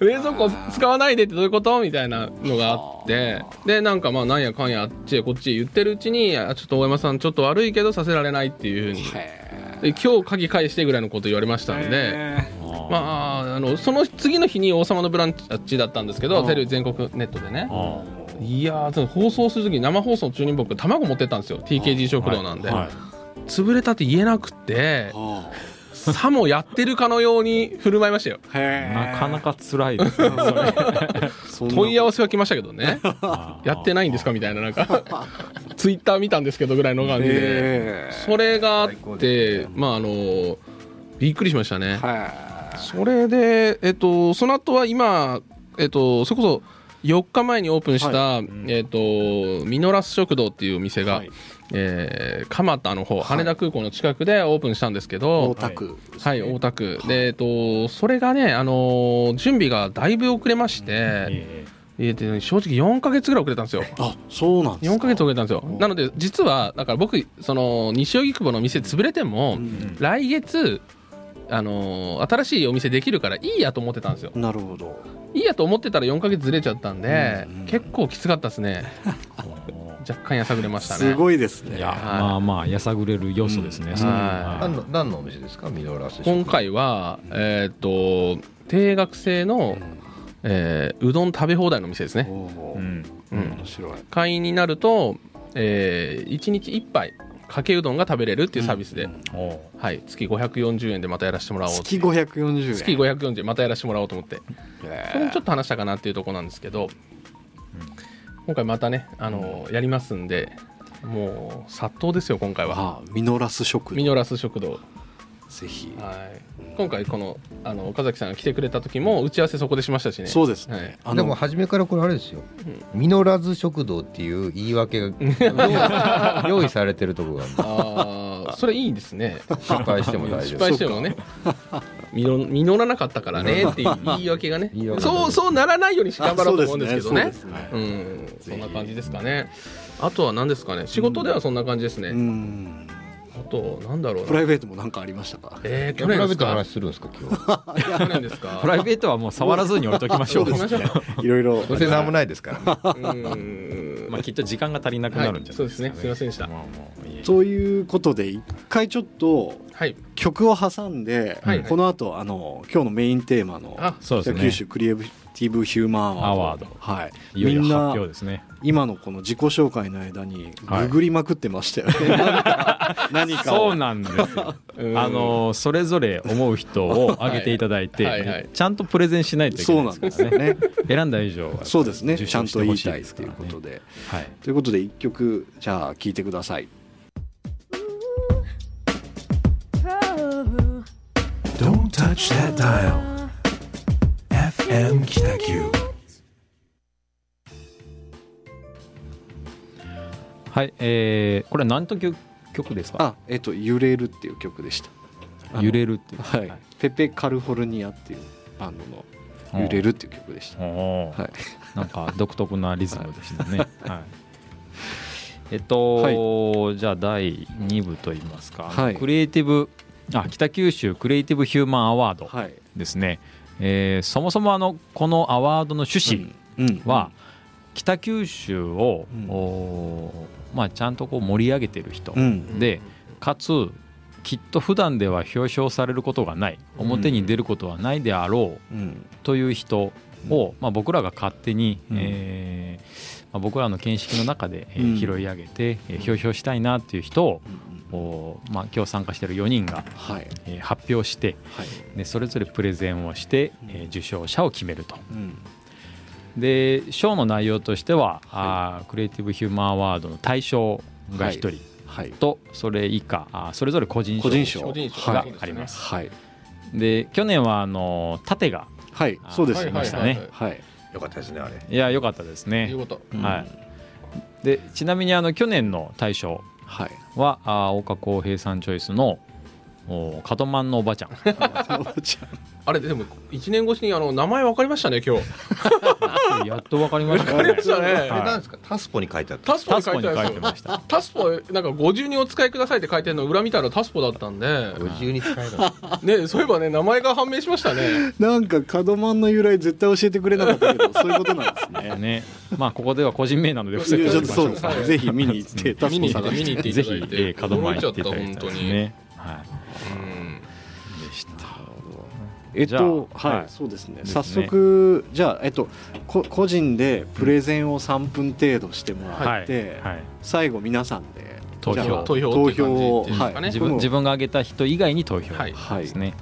Speaker 6: 冷蔵庫使わないでってどういうことみたいなのがあってでなんかまあなんやかんやあっちへこっちへ言ってるうちにあちょっと大山さんちょっと悪いけどさせられないっていうふうにで今日鍵返してぐらいのこと言われましたんで。
Speaker 2: へー
Speaker 6: まあ、あのその次の日に「王様のブランチ」だったんですけどテレビ全国ネットでねいやーその放送する時生放送中に僕卵持ってったんですよ TKG 食堂なんで、
Speaker 3: はい
Speaker 6: 潰れたって言えなくて
Speaker 2: あ
Speaker 6: さもやってるかのように 振る舞いましたよ
Speaker 2: ーへー
Speaker 3: なかなか辛いですね そ
Speaker 2: そ
Speaker 3: れ
Speaker 2: んな
Speaker 6: 問い合わせは来ましたけどねやってないんですかみたいななんかツイッター見たんですけどぐらいの感じで
Speaker 2: へー
Speaker 6: それがあっ
Speaker 5: 最高
Speaker 6: て
Speaker 5: です
Speaker 6: まああのびっくりしましたね
Speaker 2: は
Speaker 6: それでえっとその後は今えっとそれこそ4日前にオープンした、えっとミノラス食堂っていうお店
Speaker 2: い
Speaker 6: が、
Speaker 2: はい
Speaker 6: えー蒲田の方羽田空港の近くでオープンしたんですけど、
Speaker 2: 大田区です
Speaker 6: は
Speaker 2: ね
Speaker 6: い、大田区、でえっと、それがね、あのー準備がだいぶ遅れまして、
Speaker 3: え
Speaker 6: えっと正直4か月ぐらい遅れたんですよ、
Speaker 2: あそうなんです
Speaker 6: 4か月遅
Speaker 2: か
Speaker 6: れたんですよ、なので、実はだから僕、その西荻窪の店潰れても、
Speaker 2: うん
Speaker 6: 来月、あのー新しいお店できるからいいやと思ってたんですよ、
Speaker 2: なるほど
Speaker 6: いいやと思ってたら4か月ずれちゃったんで、
Speaker 2: うんうん
Speaker 6: 結構きつかったですね、若干やさぐれましたね。
Speaker 2: すごいです
Speaker 3: え
Speaker 2: ね
Speaker 3: いやまあまあやさぐれる要素ですね、
Speaker 2: うん
Speaker 3: それ
Speaker 6: はい
Speaker 5: 何の何のお店ですかミノラス
Speaker 6: 今回は、えっと定額制の、えーうどん食べ放題の店ですね
Speaker 2: お、お
Speaker 3: う
Speaker 2: ー
Speaker 3: ん
Speaker 6: うん
Speaker 2: 面、白い
Speaker 6: 会員になると、え1日1杯かけうどんが食べれるっていうサービスで、
Speaker 2: うん
Speaker 3: おう
Speaker 6: はい、月540円でまたやらせてもらおうと
Speaker 2: 月540円
Speaker 6: 月540円またやらせてもらおうと思って
Speaker 2: へー
Speaker 6: それもちょっと話したかなっていうところなんですけど、今回またねあの、やりますんでもう殺到ですよ今回は
Speaker 2: あミノラス食
Speaker 6: ミ
Speaker 2: 堂
Speaker 6: ノラス食堂、
Speaker 2: ぜひ
Speaker 6: はい、今回このあの岡崎さんが来てくれた時も打ち合わせそこでしましたしね
Speaker 2: そうです
Speaker 6: は
Speaker 2: ね
Speaker 6: い
Speaker 2: あ
Speaker 5: で
Speaker 2: の
Speaker 5: も初めからこれあれですよ、ミノラズ食堂っていう言い訳が用意 されてるとこがある
Speaker 6: あーそれいいですね
Speaker 5: 失敗しても大丈
Speaker 6: 失
Speaker 5: 夫
Speaker 6: 敗してもね実実らなかったからねっていう言い訳がね
Speaker 5: 言い訳
Speaker 6: そうそうならないようにし頑張ろうと思うんですけどね
Speaker 2: そうですね
Speaker 6: う
Speaker 2: そうですね
Speaker 6: んそんな感じですかねあとは何ですかね仕事ではそんな感じですね、
Speaker 2: うん
Speaker 6: あとなんだろう
Speaker 2: プ
Speaker 6: な
Speaker 2: ライベートも何かありましたか
Speaker 6: えー、
Speaker 5: プ
Speaker 6: 去
Speaker 5: ライ
Speaker 6: 年
Speaker 5: ベー
Speaker 6: です
Speaker 5: トの
Speaker 6: か
Speaker 5: 話するんですか今日
Speaker 6: 去年です か
Speaker 3: プライベートはもう触らずに置いときましょう
Speaker 6: そうで すね
Speaker 2: いろいろ
Speaker 5: どうせ何もないですから、ね、
Speaker 6: う ん
Speaker 3: まあきっと時間が足りなくなるんじゃないですか、ね
Speaker 6: はいそうですねすいませんでした
Speaker 3: まあまあいえいえ
Speaker 2: ということで一回ちょっと
Speaker 6: はい
Speaker 2: 曲を挟んで、
Speaker 6: はいはい
Speaker 2: この後あの今日のメインテーマの
Speaker 6: あ
Speaker 3: そうですね
Speaker 2: 北九州クリエイティブ・ヒューマンアワード
Speaker 3: アワ
Speaker 2: はい
Speaker 3: いよいよ
Speaker 2: みん
Speaker 3: 発
Speaker 2: な
Speaker 3: 表ですね
Speaker 2: 今のこの自己紹介の間に
Speaker 3: はい
Speaker 2: ググりまくってましたよね、何か 何かを
Speaker 3: そうなんですよ
Speaker 6: うん
Speaker 3: あのそれぞれ思う人を挙げていただいて、
Speaker 6: はいはいはい
Speaker 3: ちゃんとプレゼンしないといけ
Speaker 2: そ
Speaker 3: な
Speaker 2: う
Speaker 3: いで
Speaker 2: なん
Speaker 3: す
Speaker 2: で
Speaker 3: から
Speaker 2: すよ
Speaker 3: ね
Speaker 2: ね
Speaker 3: 選んだ以上は
Speaker 2: そうですね
Speaker 3: 受
Speaker 2: ちゃ
Speaker 3: 賞
Speaker 2: ん
Speaker 3: し
Speaker 2: と
Speaker 3: て
Speaker 2: 言
Speaker 3: ほ
Speaker 2: い
Speaker 3: しい
Speaker 2: たい
Speaker 3: で
Speaker 2: っ
Speaker 3: す
Speaker 2: て
Speaker 3: か
Speaker 2: い
Speaker 3: ら
Speaker 2: う
Speaker 3: ね
Speaker 2: ことで
Speaker 3: はい
Speaker 2: ということで一曲じゃあ聴いてください
Speaker 1: Don't touch that dial. FM Kitakyu.
Speaker 3: はいえーこれは何と曲曲ですか
Speaker 2: あえっと「揺れる」っていう曲でした
Speaker 3: 「揺れる」っていう、
Speaker 2: はい、ペペ・カルフォルニアっていうバンドの「揺れる」っていう曲でした、
Speaker 3: おー
Speaker 2: はい、
Speaker 3: なんか独特なリズムでした ね。はいえっと、じゃあ第2部といいますか、
Speaker 2: はい
Speaker 3: クリエイティブあ北九州クリエイティブ・ヒューマン・アワード
Speaker 2: はい
Speaker 3: ですね、えーそもそもあのこのアワードの趣旨
Speaker 2: うん
Speaker 3: は、北九州を、
Speaker 2: うん
Speaker 3: おーまあ、ちゃんとこう盛り上げてる人、
Speaker 2: うん
Speaker 3: でかつきっと普段では表彰されることがない表に出ることはないであろう、
Speaker 2: うん
Speaker 3: という人を、まあ、僕らが勝手に、
Speaker 2: うん
Speaker 3: えーまあ、僕らの見識の中で、えー
Speaker 2: うん
Speaker 3: 拾い上げて、えー表彰したいなっていう人を、おーまあ、今日参加している4人が、
Speaker 2: はい
Speaker 3: えー発表して
Speaker 2: はい、
Speaker 3: でそれぞれプレゼンをして、えー受賞者を決めると
Speaker 2: うん、
Speaker 3: で賞の内容としては、あークリエイティブ・ヒューマン・アワードの大賞が1人、
Speaker 2: はい
Speaker 3: とそれ以下あーそれぞれ個人賞
Speaker 2: 個人賞
Speaker 6: 個人賞
Speaker 2: は
Speaker 3: が
Speaker 2: い
Speaker 3: あります、
Speaker 2: はい
Speaker 3: で去年はあの盾が
Speaker 2: はい
Speaker 3: あー
Speaker 2: そうで
Speaker 6: は
Speaker 2: すね
Speaker 6: いは
Speaker 2: はいい、
Speaker 3: した
Speaker 6: はい
Speaker 3: ね
Speaker 6: はい
Speaker 5: よかったですねあれ
Speaker 3: いや良かったですね
Speaker 6: いうこと
Speaker 2: うん
Speaker 3: はい、でちなみにあの去年の大賞
Speaker 2: はい
Speaker 3: はあー大岡浩平さんチョイスの「おカトマンのおばちゃん
Speaker 6: あれでも1年越しにあの名前分かりましたね今日
Speaker 3: やっとわかりました
Speaker 6: 分かりまし
Speaker 3: ね
Speaker 6: たね、
Speaker 5: あれなんですかタスポに書いてあった
Speaker 6: タスポ
Speaker 3: タ
Speaker 6: に
Speaker 3: ス
Speaker 6: 書
Speaker 3: コ
Speaker 6: い
Speaker 3: に
Speaker 6: て
Speaker 3: 書
Speaker 6: あ
Speaker 3: い
Speaker 6: る
Speaker 3: て
Speaker 6: んですよ
Speaker 3: ました
Speaker 6: タスポなんか50人お使いくださいって書いてるの裏見たらタスポだったんで
Speaker 5: ご自由に使えるの
Speaker 6: ねそういえばね名前が判明しましたね
Speaker 2: なんか角マンの由来絶対教えてくれなかったけどそういうことなんですね
Speaker 3: ねまあここでは個人名なので伏せ
Speaker 2: い
Speaker 3: て
Speaker 2: や
Speaker 3: お
Speaker 2: ちょ
Speaker 3: き
Speaker 2: っ
Speaker 3: ま
Speaker 2: と
Speaker 3: し
Speaker 2: そ
Speaker 3: ょ
Speaker 2: う
Speaker 3: う
Speaker 2: です
Speaker 3: か
Speaker 2: ねぜひ見に行ってタス
Speaker 6: 見
Speaker 2: ポ
Speaker 6: に行って
Speaker 2: 探
Speaker 6: 見
Speaker 2: して
Speaker 6: に行っていた
Speaker 3: ぜ
Speaker 6: だ
Speaker 3: ひ、
Speaker 6: い
Speaker 3: え
Speaker 6: て
Speaker 3: ー、門前行っていただ
Speaker 6: 驚
Speaker 3: きたい
Speaker 6: いちゃった本
Speaker 3: で
Speaker 6: 当
Speaker 3: す
Speaker 6: に、
Speaker 3: ね。はい、
Speaker 6: うん
Speaker 3: でした。
Speaker 2: えっ
Speaker 3: じゃ
Speaker 2: と
Speaker 3: あ
Speaker 2: はい、
Speaker 3: はい
Speaker 2: そうですね
Speaker 3: です
Speaker 2: 早
Speaker 3: ね
Speaker 2: 速じゃあえっとこ個人でプレゼンを3分程度してもらって、
Speaker 3: はい、
Speaker 2: 最後皆さんで
Speaker 3: 投票
Speaker 2: じゃあ
Speaker 6: 投票
Speaker 2: 投
Speaker 6: っていう感じ
Speaker 2: 票を
Speaker 6: っていうんですかね
Speaker 2: はい
Speaker 3: 自分自分が挙げた人以外に投票
Speaker 6: はい
Speaker 3: で
Speaker 2: はい
Speaker 3: すね。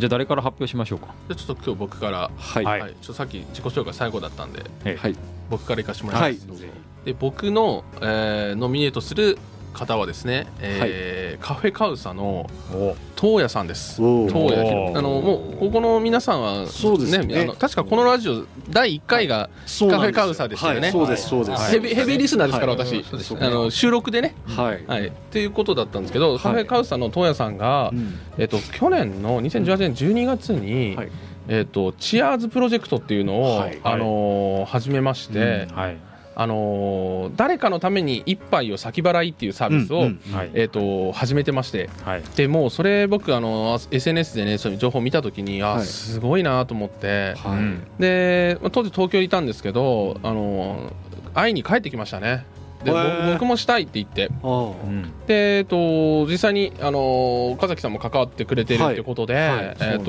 Speaker 3: じゃあ誰から発表しましょうか。
Speaker 6: じゃあちょっと今日僕から、
Speaker 2: はい
Speaker 3: は
Speaker 2: はい
Speaker 6: はいちょっとさっき自己紹介最後だったんで
Speaker 3: はい
Speaker 2: はい
Speaker 6: 僕からいかしてもらいま
Speaker 2: は
Speaker 6: す、
Speaker 2: い
Speaker 6: で僕の、えーノミネートする方はですね、えーカフェカウサの
Speaker 3: お
Speaker 6: 東野さんです
Speaker 2: お
Speaker 6: 東
Speaker 2: ー
Speaker 6: 野博あのもうここの皆さんは
Speaker 2: そうですね
Speaker 6: あの確かこのラジオ第1回が
Speaker 2: そうなんですよ
Speaker 6: カフェカウサーですよね
Speaker 2: はいそうですそうです
Speaker 6: ヘビ,、ヘビーリスナーですから
Speaker 2: はい
Speaker 6: 私、
Speaker 2: そうです
Speaker 6: あの収録でね、
Speaker 2: はい
Speaker 6: はい、っていうことだったんですけど、カフェカウサの東野さんが
Speaker 2: う、ん
Speaker 6: えっと去年の2018年12月に、
Speaker 2: はい
Speaker 6: えっとチアーズプロジェクトっていうのを、
Speaker 2: はい
Speaker 6: あのー始めまして、
Speaker 3: はい
Speaker 6: あのー誰かのために一杯を先払いっていうサービスを、
Speaker 2: うんうん
Speaker 3: はい
Speaker 6: えっと始めてまして
Speaker 3: はい
Speaker 6: でもうそれ僕あの SNS でねそういう情報を見た時にあ、
Speaker 2: はい
Speaker 6: すごいなと思って
Speaker 2: はい
Speaker 3: うん
Speaker 6: でまあ当時東京にいたんですけどあの会いに帰ってきましたねで
Speaker 2: へ
Speaker 6: 僕
Speaker 2: ー
Speaker 6: 僕もしたいって言って
Speaker 2: あー
Speaker 3: うん
Speaker 6: で、えっと、実際にあの岡崎さんも関わってくれてるってことで、
Speaker 2: いはい
Speaker 6: えっ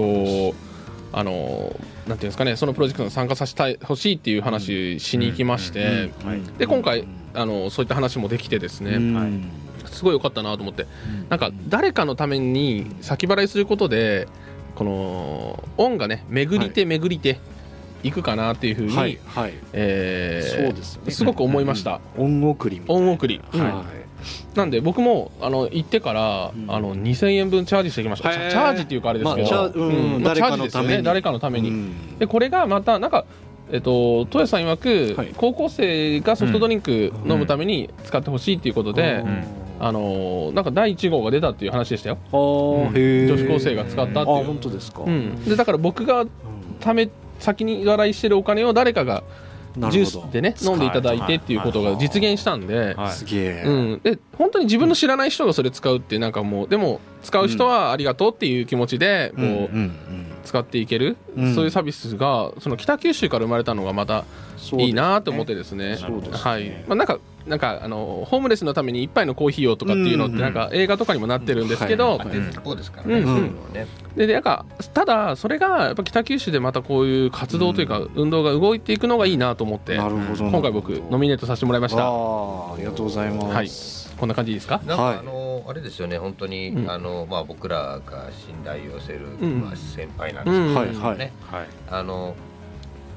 Speaker 6: とあのなんていうんですかねそのプロジェクトに参加させたい欲しいっていう話しに行きまして、
Speaker 2: うんはい
Speaker 6: で今回あのそういった話もできてですね、
Speaker 2: うん
Speaker 3: はい
Speaker 6: すごい良かったなと思って、なんか誰かのために先払いすることでこの恩がね巡りて巡りていくかなっていうふうに、
Speaker 2: はいはい
Speaker 6: えー
Speaker 2: そうですよね
Speaker 6: すごく思いました、
Speaker 2: 恩送りみたい
Speaker 6: 恩送り、
Speaker 2: な
Speaker 6: うん
Speaker 2: はい
Speaker 6: なんで僕もあの行ってから、
Speaker 2: うん
Speaker 6: あの2000円分チャージしてきましたチ
Speaker 2: へ
Speaker 6: ャ
Speaker 2: ー
Speaker 6: チャージっていうかあれですけど、
Speaker 2: まあチャうん
Speaker 6: まあチ
Speaker 2: 誰
Speaker 6: ャ
Speaker 2: か
Speaker 6: ージ
Speaker 2: の
Speaker 6: ですよ
Speaker 2: ため
Speaker 6: ね
Speaker 2: に
Speaker 6: 誰かのために、
Speaker 2: うん
Speaker 6: でこれがまたなんかえっと、トヤさん曰く、
Speaker 2: はい
Speaker 6: 高校生がソフトドリンク飲むために使ってほしいっていうことで、
Speaker 2: うん
Speaker 6: あのなんか第1号が出たっていう話でしたよ、
Speaker 2: あー
Speaker 6: うん
Speaker 2: へー
Speaker 6: 女子高生が使った
Speaker 2: あ
Speaker 6: っていう
Speaker 2: 本当ですか
Speaker 6: うん、でだから僕がため先に払いしてるお金を誰かが
Speaker 2: な
Speaker 6: ジュ
Speaker 2: る
Speaker 6: ー
Speaker 2: ほど
Speaker 6: スでね飲んでいただいてっていうことが実現したんで、
Speaker 3: はい
Speaker 2: すげえ
Speaker 6: うん、で本当に自分の知らない人がそれ使うってなんかもうでも使う人はありがとうっていう気持ちで
Speaker 2: うん
Speaker 6: こ
Speaker 2: うんう
Speaker 6: うん使っていける、
Speaker 2: うん
Speaker 6: そういうサービスがその北九州から生まれたのがまた
Speaker 2: そうです
Speaker 6: いいなと思ってですね。
Speaker 2: そうですね
Speaker 6: はいまあ、なんかなんかあのホームレスのために一杯のコーヒーをとかっていうのって
Speaker 2: うん
Speaker 6: なんか映画とかにもなってるんですけど、
Speaker 5: まあ手付き棒ですから
Speaker 6: う
Speaker 5: ね
Speaker 6: ん
Speaker 5: そういうのね
Speaker 6: ででなんかただそれがやっぱ北九州でまたこういう活動というか運動が動いていくのがいいなと思って、
Speaker 2: なるほど
Speaker 6: 今回僕ノミネートさせてもらいました
Speaker 2: あーありがとうございます
Speaker 6: こんな感じですか
Speaker 5: なんか
Speaker 2: はい
Speaker 5: あのあれですよね本当に、
Speaker 6: うん
Speaker 5: あのまあ僕らが信頼を寄せる、
Speaker 6: うん
Speaker 5: まあ先輩なん
Speaker 6: う
Speaker 5: ですけ
Speaker 6: ん
Speaker 2: はいは
Speaker 5: ど
Speaker 2: い
Speaker 5: ね、
Speaker 3: はい
Speaker 5: あの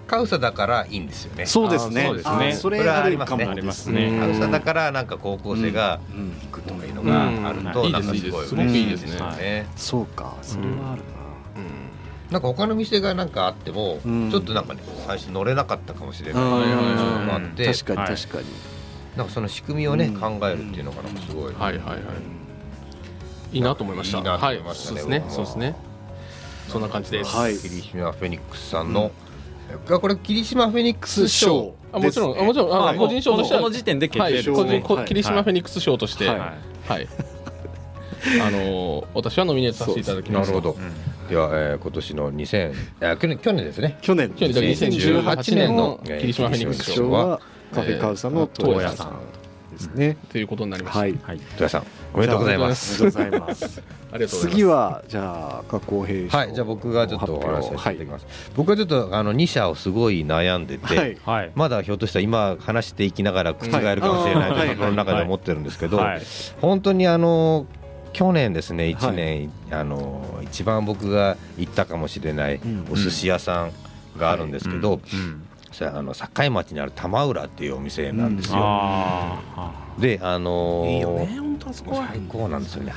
Speaker 5: カウサだからいいんですよね。
Speaker 2: そうです
Speaker 3: あ
Speaker 2: ね
Speaker 3: ーそうですね
Speaker 2: あーそれ
Speaker 5: これはあ
Speaker 2: あ
Speaker 5: り
Speaker 2: る
Speaker 5: ます
Speaker 2: か
Speaker 5: ね
Speaker 2: も
Speaker 3: あり
Speaker 2: で
Speaker 3: ます
Speaker 2: す
Speaker 3: ね
Speaker 2: ね
Speaker 5: カウサだからなんか高校生が
Speaker 2: うん
Speaker 5: 行くとかいうのがあると、
Speaker 3: うん
Speaker 5: なんか
Speaker 6: いい
Speaker 5: す
Speaker 6: です
Speaker 5: ごい
Speaker 6: す
Speaker 2: ごくいい
Speaker 5: 嬉
Speaker 6: で
Speaker 5: し
Speaker 6: す
Speaker 5: い
Speaker 6: ね
Speaker 5: ですよね。
Speaker 2: そうかそれはある
Speaker 5: なんか他の店がなんかあっても、
Speaker 2: うん
Speaker 5: ちょっとなんかね最初乗れなかったかもしれ
Speaker 2: な
Speaker 5: ない。
Speaker 2: うん
Speaker 6: はいはい
Speaker 5: そういうのがあって、
Speaker 2: 確か
Speaker 3: はい
Speaker 2: に確かに
Speaker 5: なんかその仕組みをね、
Speaker 2: うん
Speaker 5: 考えるっていうのがなんかすごい。
Speaker 6: はいはいはいいいなと思いました
Speaker 5: いいなと
Speaker 6: は
Speaker 5: 思
Speaker 6: い
Speaker 5: いまし
Speaker 6: そ
Speaker 5: た
Speaker 6: う
Speaker 5: ね
Speaker 6: ですね
Speaker 5: 僕は
Speaker 6: そうですねそんな感じです、
Speaker 2: はい
Speaker 5: 霧島フェニックスさんの、がこれ霧島フェニックス賞
Speaker 6: あもちろん、
Speaker 2: ですね
Speaker 6: あもちろんあ
Speaker 3: あ
Speaker 6: 個人賞
Speaker 3: も
Speaker 6: と
Speaker 3: う
Speaker 6: しては
Speaker 3: この時点で決
Speaker 6: は
Speaker 3: 定で
Speaker 6: い
Speaker 3: す
Speaker 2: 賞
Speaker 6: 個人
Speaker 3: ね。
Speaker 6: こ
Speaker 2: はい
Speaker 6: 霧島フェニックス賞として
Speaker 2: は
Speaker 6: はいい、
Speaker 3: はい
Speaker 6: あのー私はノミネートさせていただき
Speaker 5: な
Speaker 6: ま
Speaker 5: る
Speaker 6: す
Speaker 5: ほど、では、えー、今年の2000あ去年去年ですね
Speaker 2: 去年
Speaker 6: 去年だから2018年の
Speaker 5: えー
Speaker 6: 霧島フェニックス
Speaker 5: 霧島
Speaker 2: 賞はカフェカウサの
Speaker 6: えー
Speaker 2: 東屋さんですね
Speaker 6: ということになりました、
Speaker 2: はい
Speaker 3: はい
Speaker 5: 戸谷さんおめでとうございます
Speaker 2: ありがとうございます
Speaker 6: ありがとうございます
Speaker 2: 次はじゃあ加工兵士
Speaker 5: はいじゃあ僕がちょっとお話しさせていただきます、僕はちょっとあの2社をすごい悩んでて、
Speaker 2: はい
Speaker 3: はい
Speaker 5: まだひょっとしたら今話していきながら覆るかもしれないと
Speaker 2: はい
Speaker 5: いう心の中で思ってるんですけど、
Speaker 3: はい
Speaker 5: 本当にあの去年ですね1年、あの一番僕が行ったかもしれない
Speaker 2: ん
Speaker 5: お寿司屋さんがあるんですけど、
Speaker 3: うん
Speaker 5: それはあの境町にある玉浦っていうお店なんですよ、
Speaker 3: あーあ
Speaker 5: であのー
Speaker 4: いいよね本当あそこは
Speaker 5: 最高なんですよね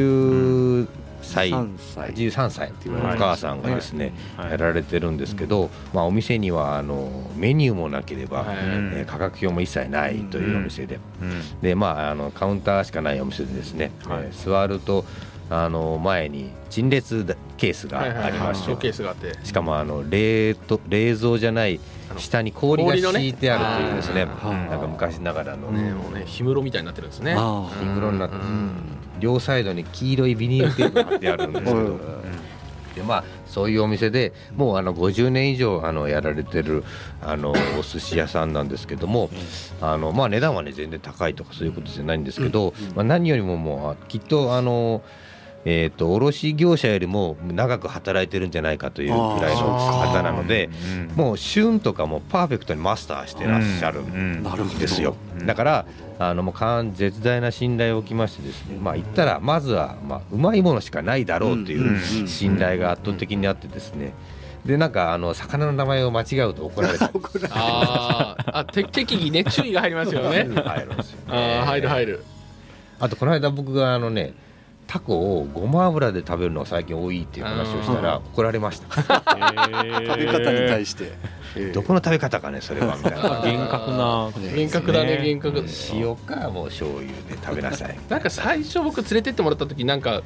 Speaker 5: 80歳、
Speaker 2: 3歳
Speaker 5: 83歳っていうお母さんがですね、
Speaker 3: はい
Speaker 5: やられてるんですけど、まあ、お店にはあのメニューもなければ、
Speaker 6: はい
Speaker 5: えー価格表も一切ないというお店で、
Speaker 3: ーうん
Speaker 5: でまあ、あのカウンターしかないお店でですね、
Speaker 3: はい
Speaker 5: えー座るとあの前に陳列ケースがありまし
Speaker 6: ショー
Speaker 5: て
Speaker 6: ケースがあって
Speaker 5: しかもあの冷凍冷蔵じゃない下に氷が敷いてあるというですね
Speaker 2: はい
Speaker 5: なんか昔ながらの
Speaker 6: ねもうね氷室みたいになってるんですね
Speaker 2: あ
Speaker 5: ピンク色になって両サイドに黄色いビニールテープが貼ってあるんですけ
Speaker 2: う
Speaker 5: ど
Speaker 2: ん。
Speaker 5: でまあ、そういうお店でもうあの50年以上あのやられてるあのお寿司屋さんなんですけどもあの、まあ、値段は、ね、全然高いとかそういうことじゃないんですけど、まあ、何よりももうあきっとあの、えー、と卸業者よりも長く働いてるんじゃないかというくらいの方なのでもう旬とかもパーフェクトにマスターしてらっしゃる
Speaker 2: あなるほど
Speaker 5: ですよ、だからあのもう完絶大な信頼を置きましてですねまあ言ったらまずはまあうまいものしかないだろうと
Speaker 2: うん
Speaker 5: いう
Speaker 2: うん
Speaker 5: 信頼が圧倒的にあってですねでなんかあの魚の名前を間違うと怒られたりとか
Speaker 6: あーあて適宜ね注意が入りますよ ね
Speaker 5: 入るんですよ
Speaker 6: あー入る入る
Speaker 5: あとこの間僕があのねタコをごま油で食べるのが最近多いっていう話をしたら怒られました
Speaker 2: 食べ方に対して、 ええ
Speaker 5: どこの食べ方かねそれはみたい な
Speaker 3: 厳格なことですね
Speaker 6: 厳格だね厳格
Speaker 5: 塩かもう醤油で食べなさい
Speaker 6: なんか最初僕連れてってもらった時なんか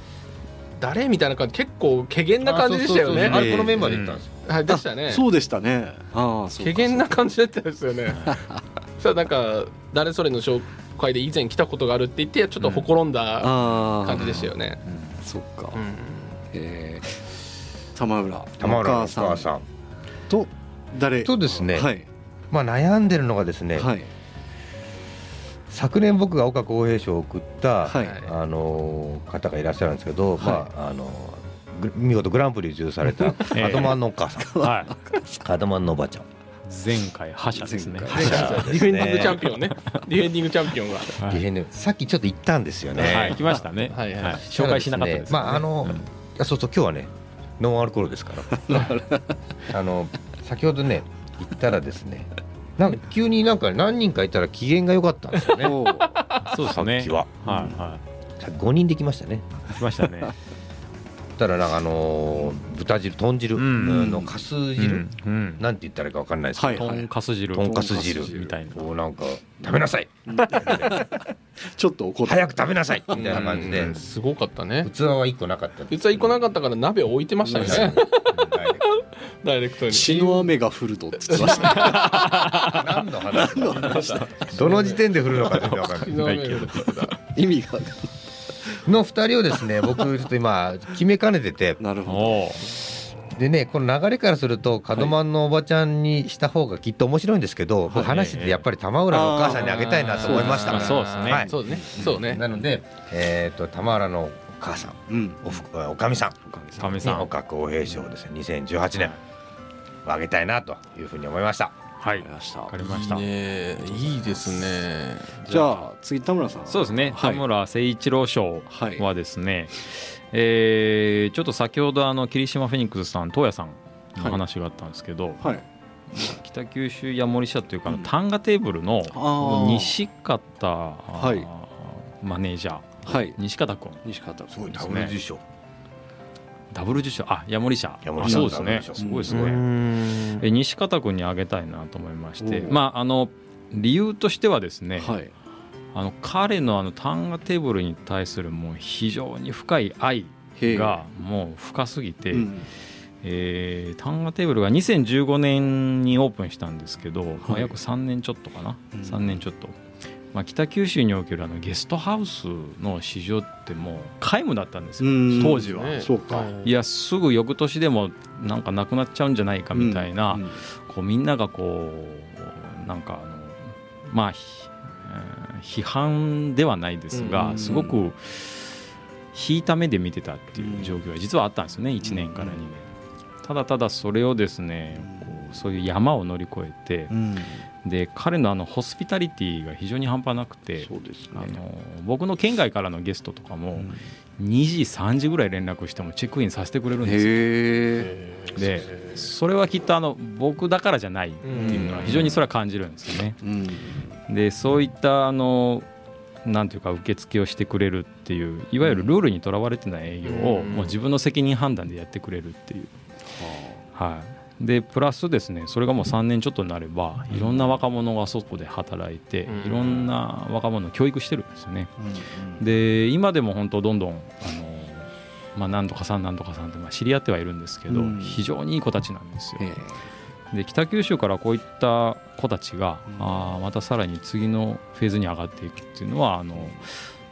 Speaker 6: 誰みたいな感じ結構怪げな感じでしたよね
Speaker 5: あそうそうそうあれこのメンバーで行ったんですよ
Speaker 6: はいでしたね
Speaker 2: そうでしたねああそう
Speaker 6: 怪
Speaker 2: か
Speaker 6: げな感じだったですよ ねさあなんか誰それの紹介で以前来たことがあるって言ってちょっとほころんだ
Speaker 2: ああ
Speaker 6: 感じでしたよね、
Speaker 2: そっか、
Speaker 6: うん
Speaker 2: えー、玉浦
Speaker 5: 玉浦のお
Speaker 2: お
Speaker 5: 母
Speaker 2: 母さん
Speaker 5: さん
Speaker 2: と誰
Speaker 5: とですね、
Speaker 2: はい
Speaker 5: まあ、悩んでるのがですね、
Speaker 2: はい
Speaker 5: 昨年僕が岡公平賞を送った、
Speaker 2: はい
Speaker 5: あのー方がいらっしゃるんですけど、まああのーぐ見事グランプリ受賞された
Speaker 3: ええ
Speaker 5: アドマンのお母さん、
Speaker 3: はい
Speaker 5: アドマンのおばあちゃん
Speaker 3: 前回覇者ですね
Speaker 2: 前
Speaker 6: ディフェンディングチャンピオンね ディフェンディングチャンピオンが
Speaker 3: はい
Speaker 5: ディフェンディングさっきちょっと言ったんですよね、
Speaker 3: はい、来ましたね。
Speaker 6: はいはい
Speaker 3: 紹介しなかったです、
Speaker 5: ただねまああのー、いやそうそう今日はねノンアルコールですからあの先ほどね言ったらですねなんか急になんか何人かいたら機嫌が良かったんですよ ね
Speaker 2: おう
Speaker 3: そうですね。
Speaker 5: さっきは
Speaker 3: はい、は
Speaker 5: 5人できましたね
Speaker 3: い、来ましたね。
Speaker 5: たらなんかあのー豚汁豚汁
Speaker 3: うん
Speaker 5: のかす汁、
Speaker 3: うん、
Speaker 5: なんて言ったらいいか分かんないですけど、
Speaker 2: はい
Speaker 3: とんかす汁、
Speaker 5: とんかす汁
Speaker 3: みたいな。
Speaker 5: こうなんか食べなさい
Speaker 2: ちょっと怒った
Speaker 5: 早く食べなさいみたいな感じで
Speaker 6: うんすごかったね
Speaker 5: 器は1個なか った
Speaker 6: 器一個なかったから鍋置いてましたよねダイレクトに
Speaker 2: 血の雨が降るとって言ってましたね
Speaker 5: 何の話
Speaker 2: 何の話だ
Speaker 5: どの時点で振るのか全然分かんない
Speaker 6: 血の雨が
Speaker 2: 意味が
Speaker 5: の2人をです ね僕ちょっと今決めかねてて
Speaker 2: なるほ
Speaker 3: おお、
Speaker 5: でねこの流れからすると門真のおばちゃんにした方がきっと面白いんですけど、僕話しててやっぱり玉浦のお母さんにあげたいなと思いました
Speaker 3: あーそうですね
Speaker 5: はい
Speaker 6: そうねそうね
Speaker 5: なので、えー、と玉浦のお母さん
Speaker 2: どうん
Speaker 5: おふおかみさん
Speaker 3: かみさん。
Speaker 5: 岡公平賞をですね2018年をあげたいなというふうに思いました
Speaker 3: はい、わ
Speaker 2: ました
Speaker 3: かりました。
Speaker 6: ねいいですね
Speaker 2: じゃあ次田村さん
Speaker 3: そうですね、
Speaker 2: はい
Speaker 3: 田村誠一郎賞はですね、えーちょっと先ほどあの霧島フェニックスさん、東野さんの話があったんですけど、
Speaker 2: はい
Speaker 3: 北九州や森社というか、あのタンガテーブルの
Speaker 2: あー
Speaker 3: 西方、
Speaker 2: い
Speaker 3: マネージャー、
Speaker 2: はい
Speaker 3: 西方君、
Speaker 2: 西方君
Speaker 5: すごい
Speaker 3: ダ
Speaker 5: ダブ
Speaker 3: ブル
Speaker 5: ル
Speaker 3: 受
Speaker 5: 受賞
Speaker 3: ダブル受賞、あヤモリ社、
Speaker 5: ヤモリ
Speaker 3: あ
Speaker 5: 社
Speaker 3: そうです
Speaker 5: ダブル
Speaker 3: ね、
Speaker 5: 受賞
Speaker 3: すごいすごい。え西方君にあげたいなと思いまして、
Speaker 2: おう
Speaker 3: まあ、あの理由としてはですね、
Speaker 2: はい
Speaker 3: あの彼のあのタンガテーブルに対するもう非常に深い愛
Speaker 2: へえ
Speaker 3: がもう深すぎて、
Speaker 2: うん
Speaker 3: えータンガテーブルが2015年にオープンしたんですけど、まあ、約3年ちょっとかな、
Speaker 2: うん
Speaker 3: 3年ちょっと、まあ、北九州におけるあのゲストハウスの市場ってもう皆無だったんですよ
Speaker 2: うん
Speaker 3: 当時は。
Speaker 6: ね
Speaker 2: そうか
Speaker 3: いやすぐ翌年でもなんかなくなっちゃうんじゃないかみたいな、
Speaker 2: うんうん
Speaker 3: こうみんながこうなんかあのまあ、ひえー批判ではないです
Speaker 6: うんうん
Speaker 3: が、
Speaker 6: うん
Speaker 3: すごく引いた目で見てたっていう状況が実はあったんですよね1年から2年、ただただそれをですねこうそういう山を乗り越えて
Speaker 2: う、ん
Speaker 3: で彼のあのホスピタリティが非常に半端なくて
Speaker 2: そうです
Speaker 3: あ
Speaker 2: ね
Speaker 3: の僕の県外からのゲストとかも
Speaker 2: ん
Speaker 3: 2時3時ぐらい連絡してもチェックインさせてくれるんですよ
Speaker 2: へえ
Speaker 3: でそれはきっとあの僕だからじゃないっていうのは非常にそれは感じるんですよね。
Speaker 2: うん
Speaker 3: でそういったあのなんていうか受付をしてくれるっていういわゆるルールにとらわれてない営業をもう自分の責任判断でやってくれるっていう。はいでプラスですねそれがもう3年ちょっとになればいろんな若者がそこで働いて
Speaker 6: うん
Speaker 3: いろんな若者を教育してるんですよね。
Speaker 2: うん
Speaker 3: で今でも本当どんどんあのまあ、なんとかさんなんとかさんって、まあ、知り合ってはいるんですけど、
Speaker 2: うん
Speaker 3: 非常にいい子たちなんですよ。
Speaker 2: え
Speaker 3: で北九州からこういった子たちが、
Speaker 2: うん
Speaker 3: あーまたさらに次のフェーズに上がっていくっていうのはあの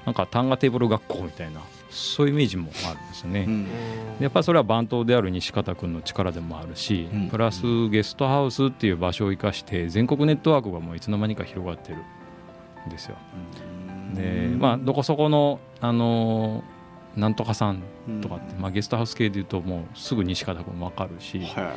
Speaker 3: なんか単価テーブル学校みたいなそういうイメージもあるんですよね。
Speaker 2: えうん
Speaker 3: でやっぱりそれは番頭である西方君の力でもあるし、
Speaker 2: うん
Speaker 3: プラスゲストハウスっていう場所を生かして全国ネットワークがもういつの間にか広がってるんですよ。でまあどこそこの、あのーなんとかさんとかって、まあ、ゲストハウス系でいうともうすぐ西方君も分かるし、
Speaker 2: へ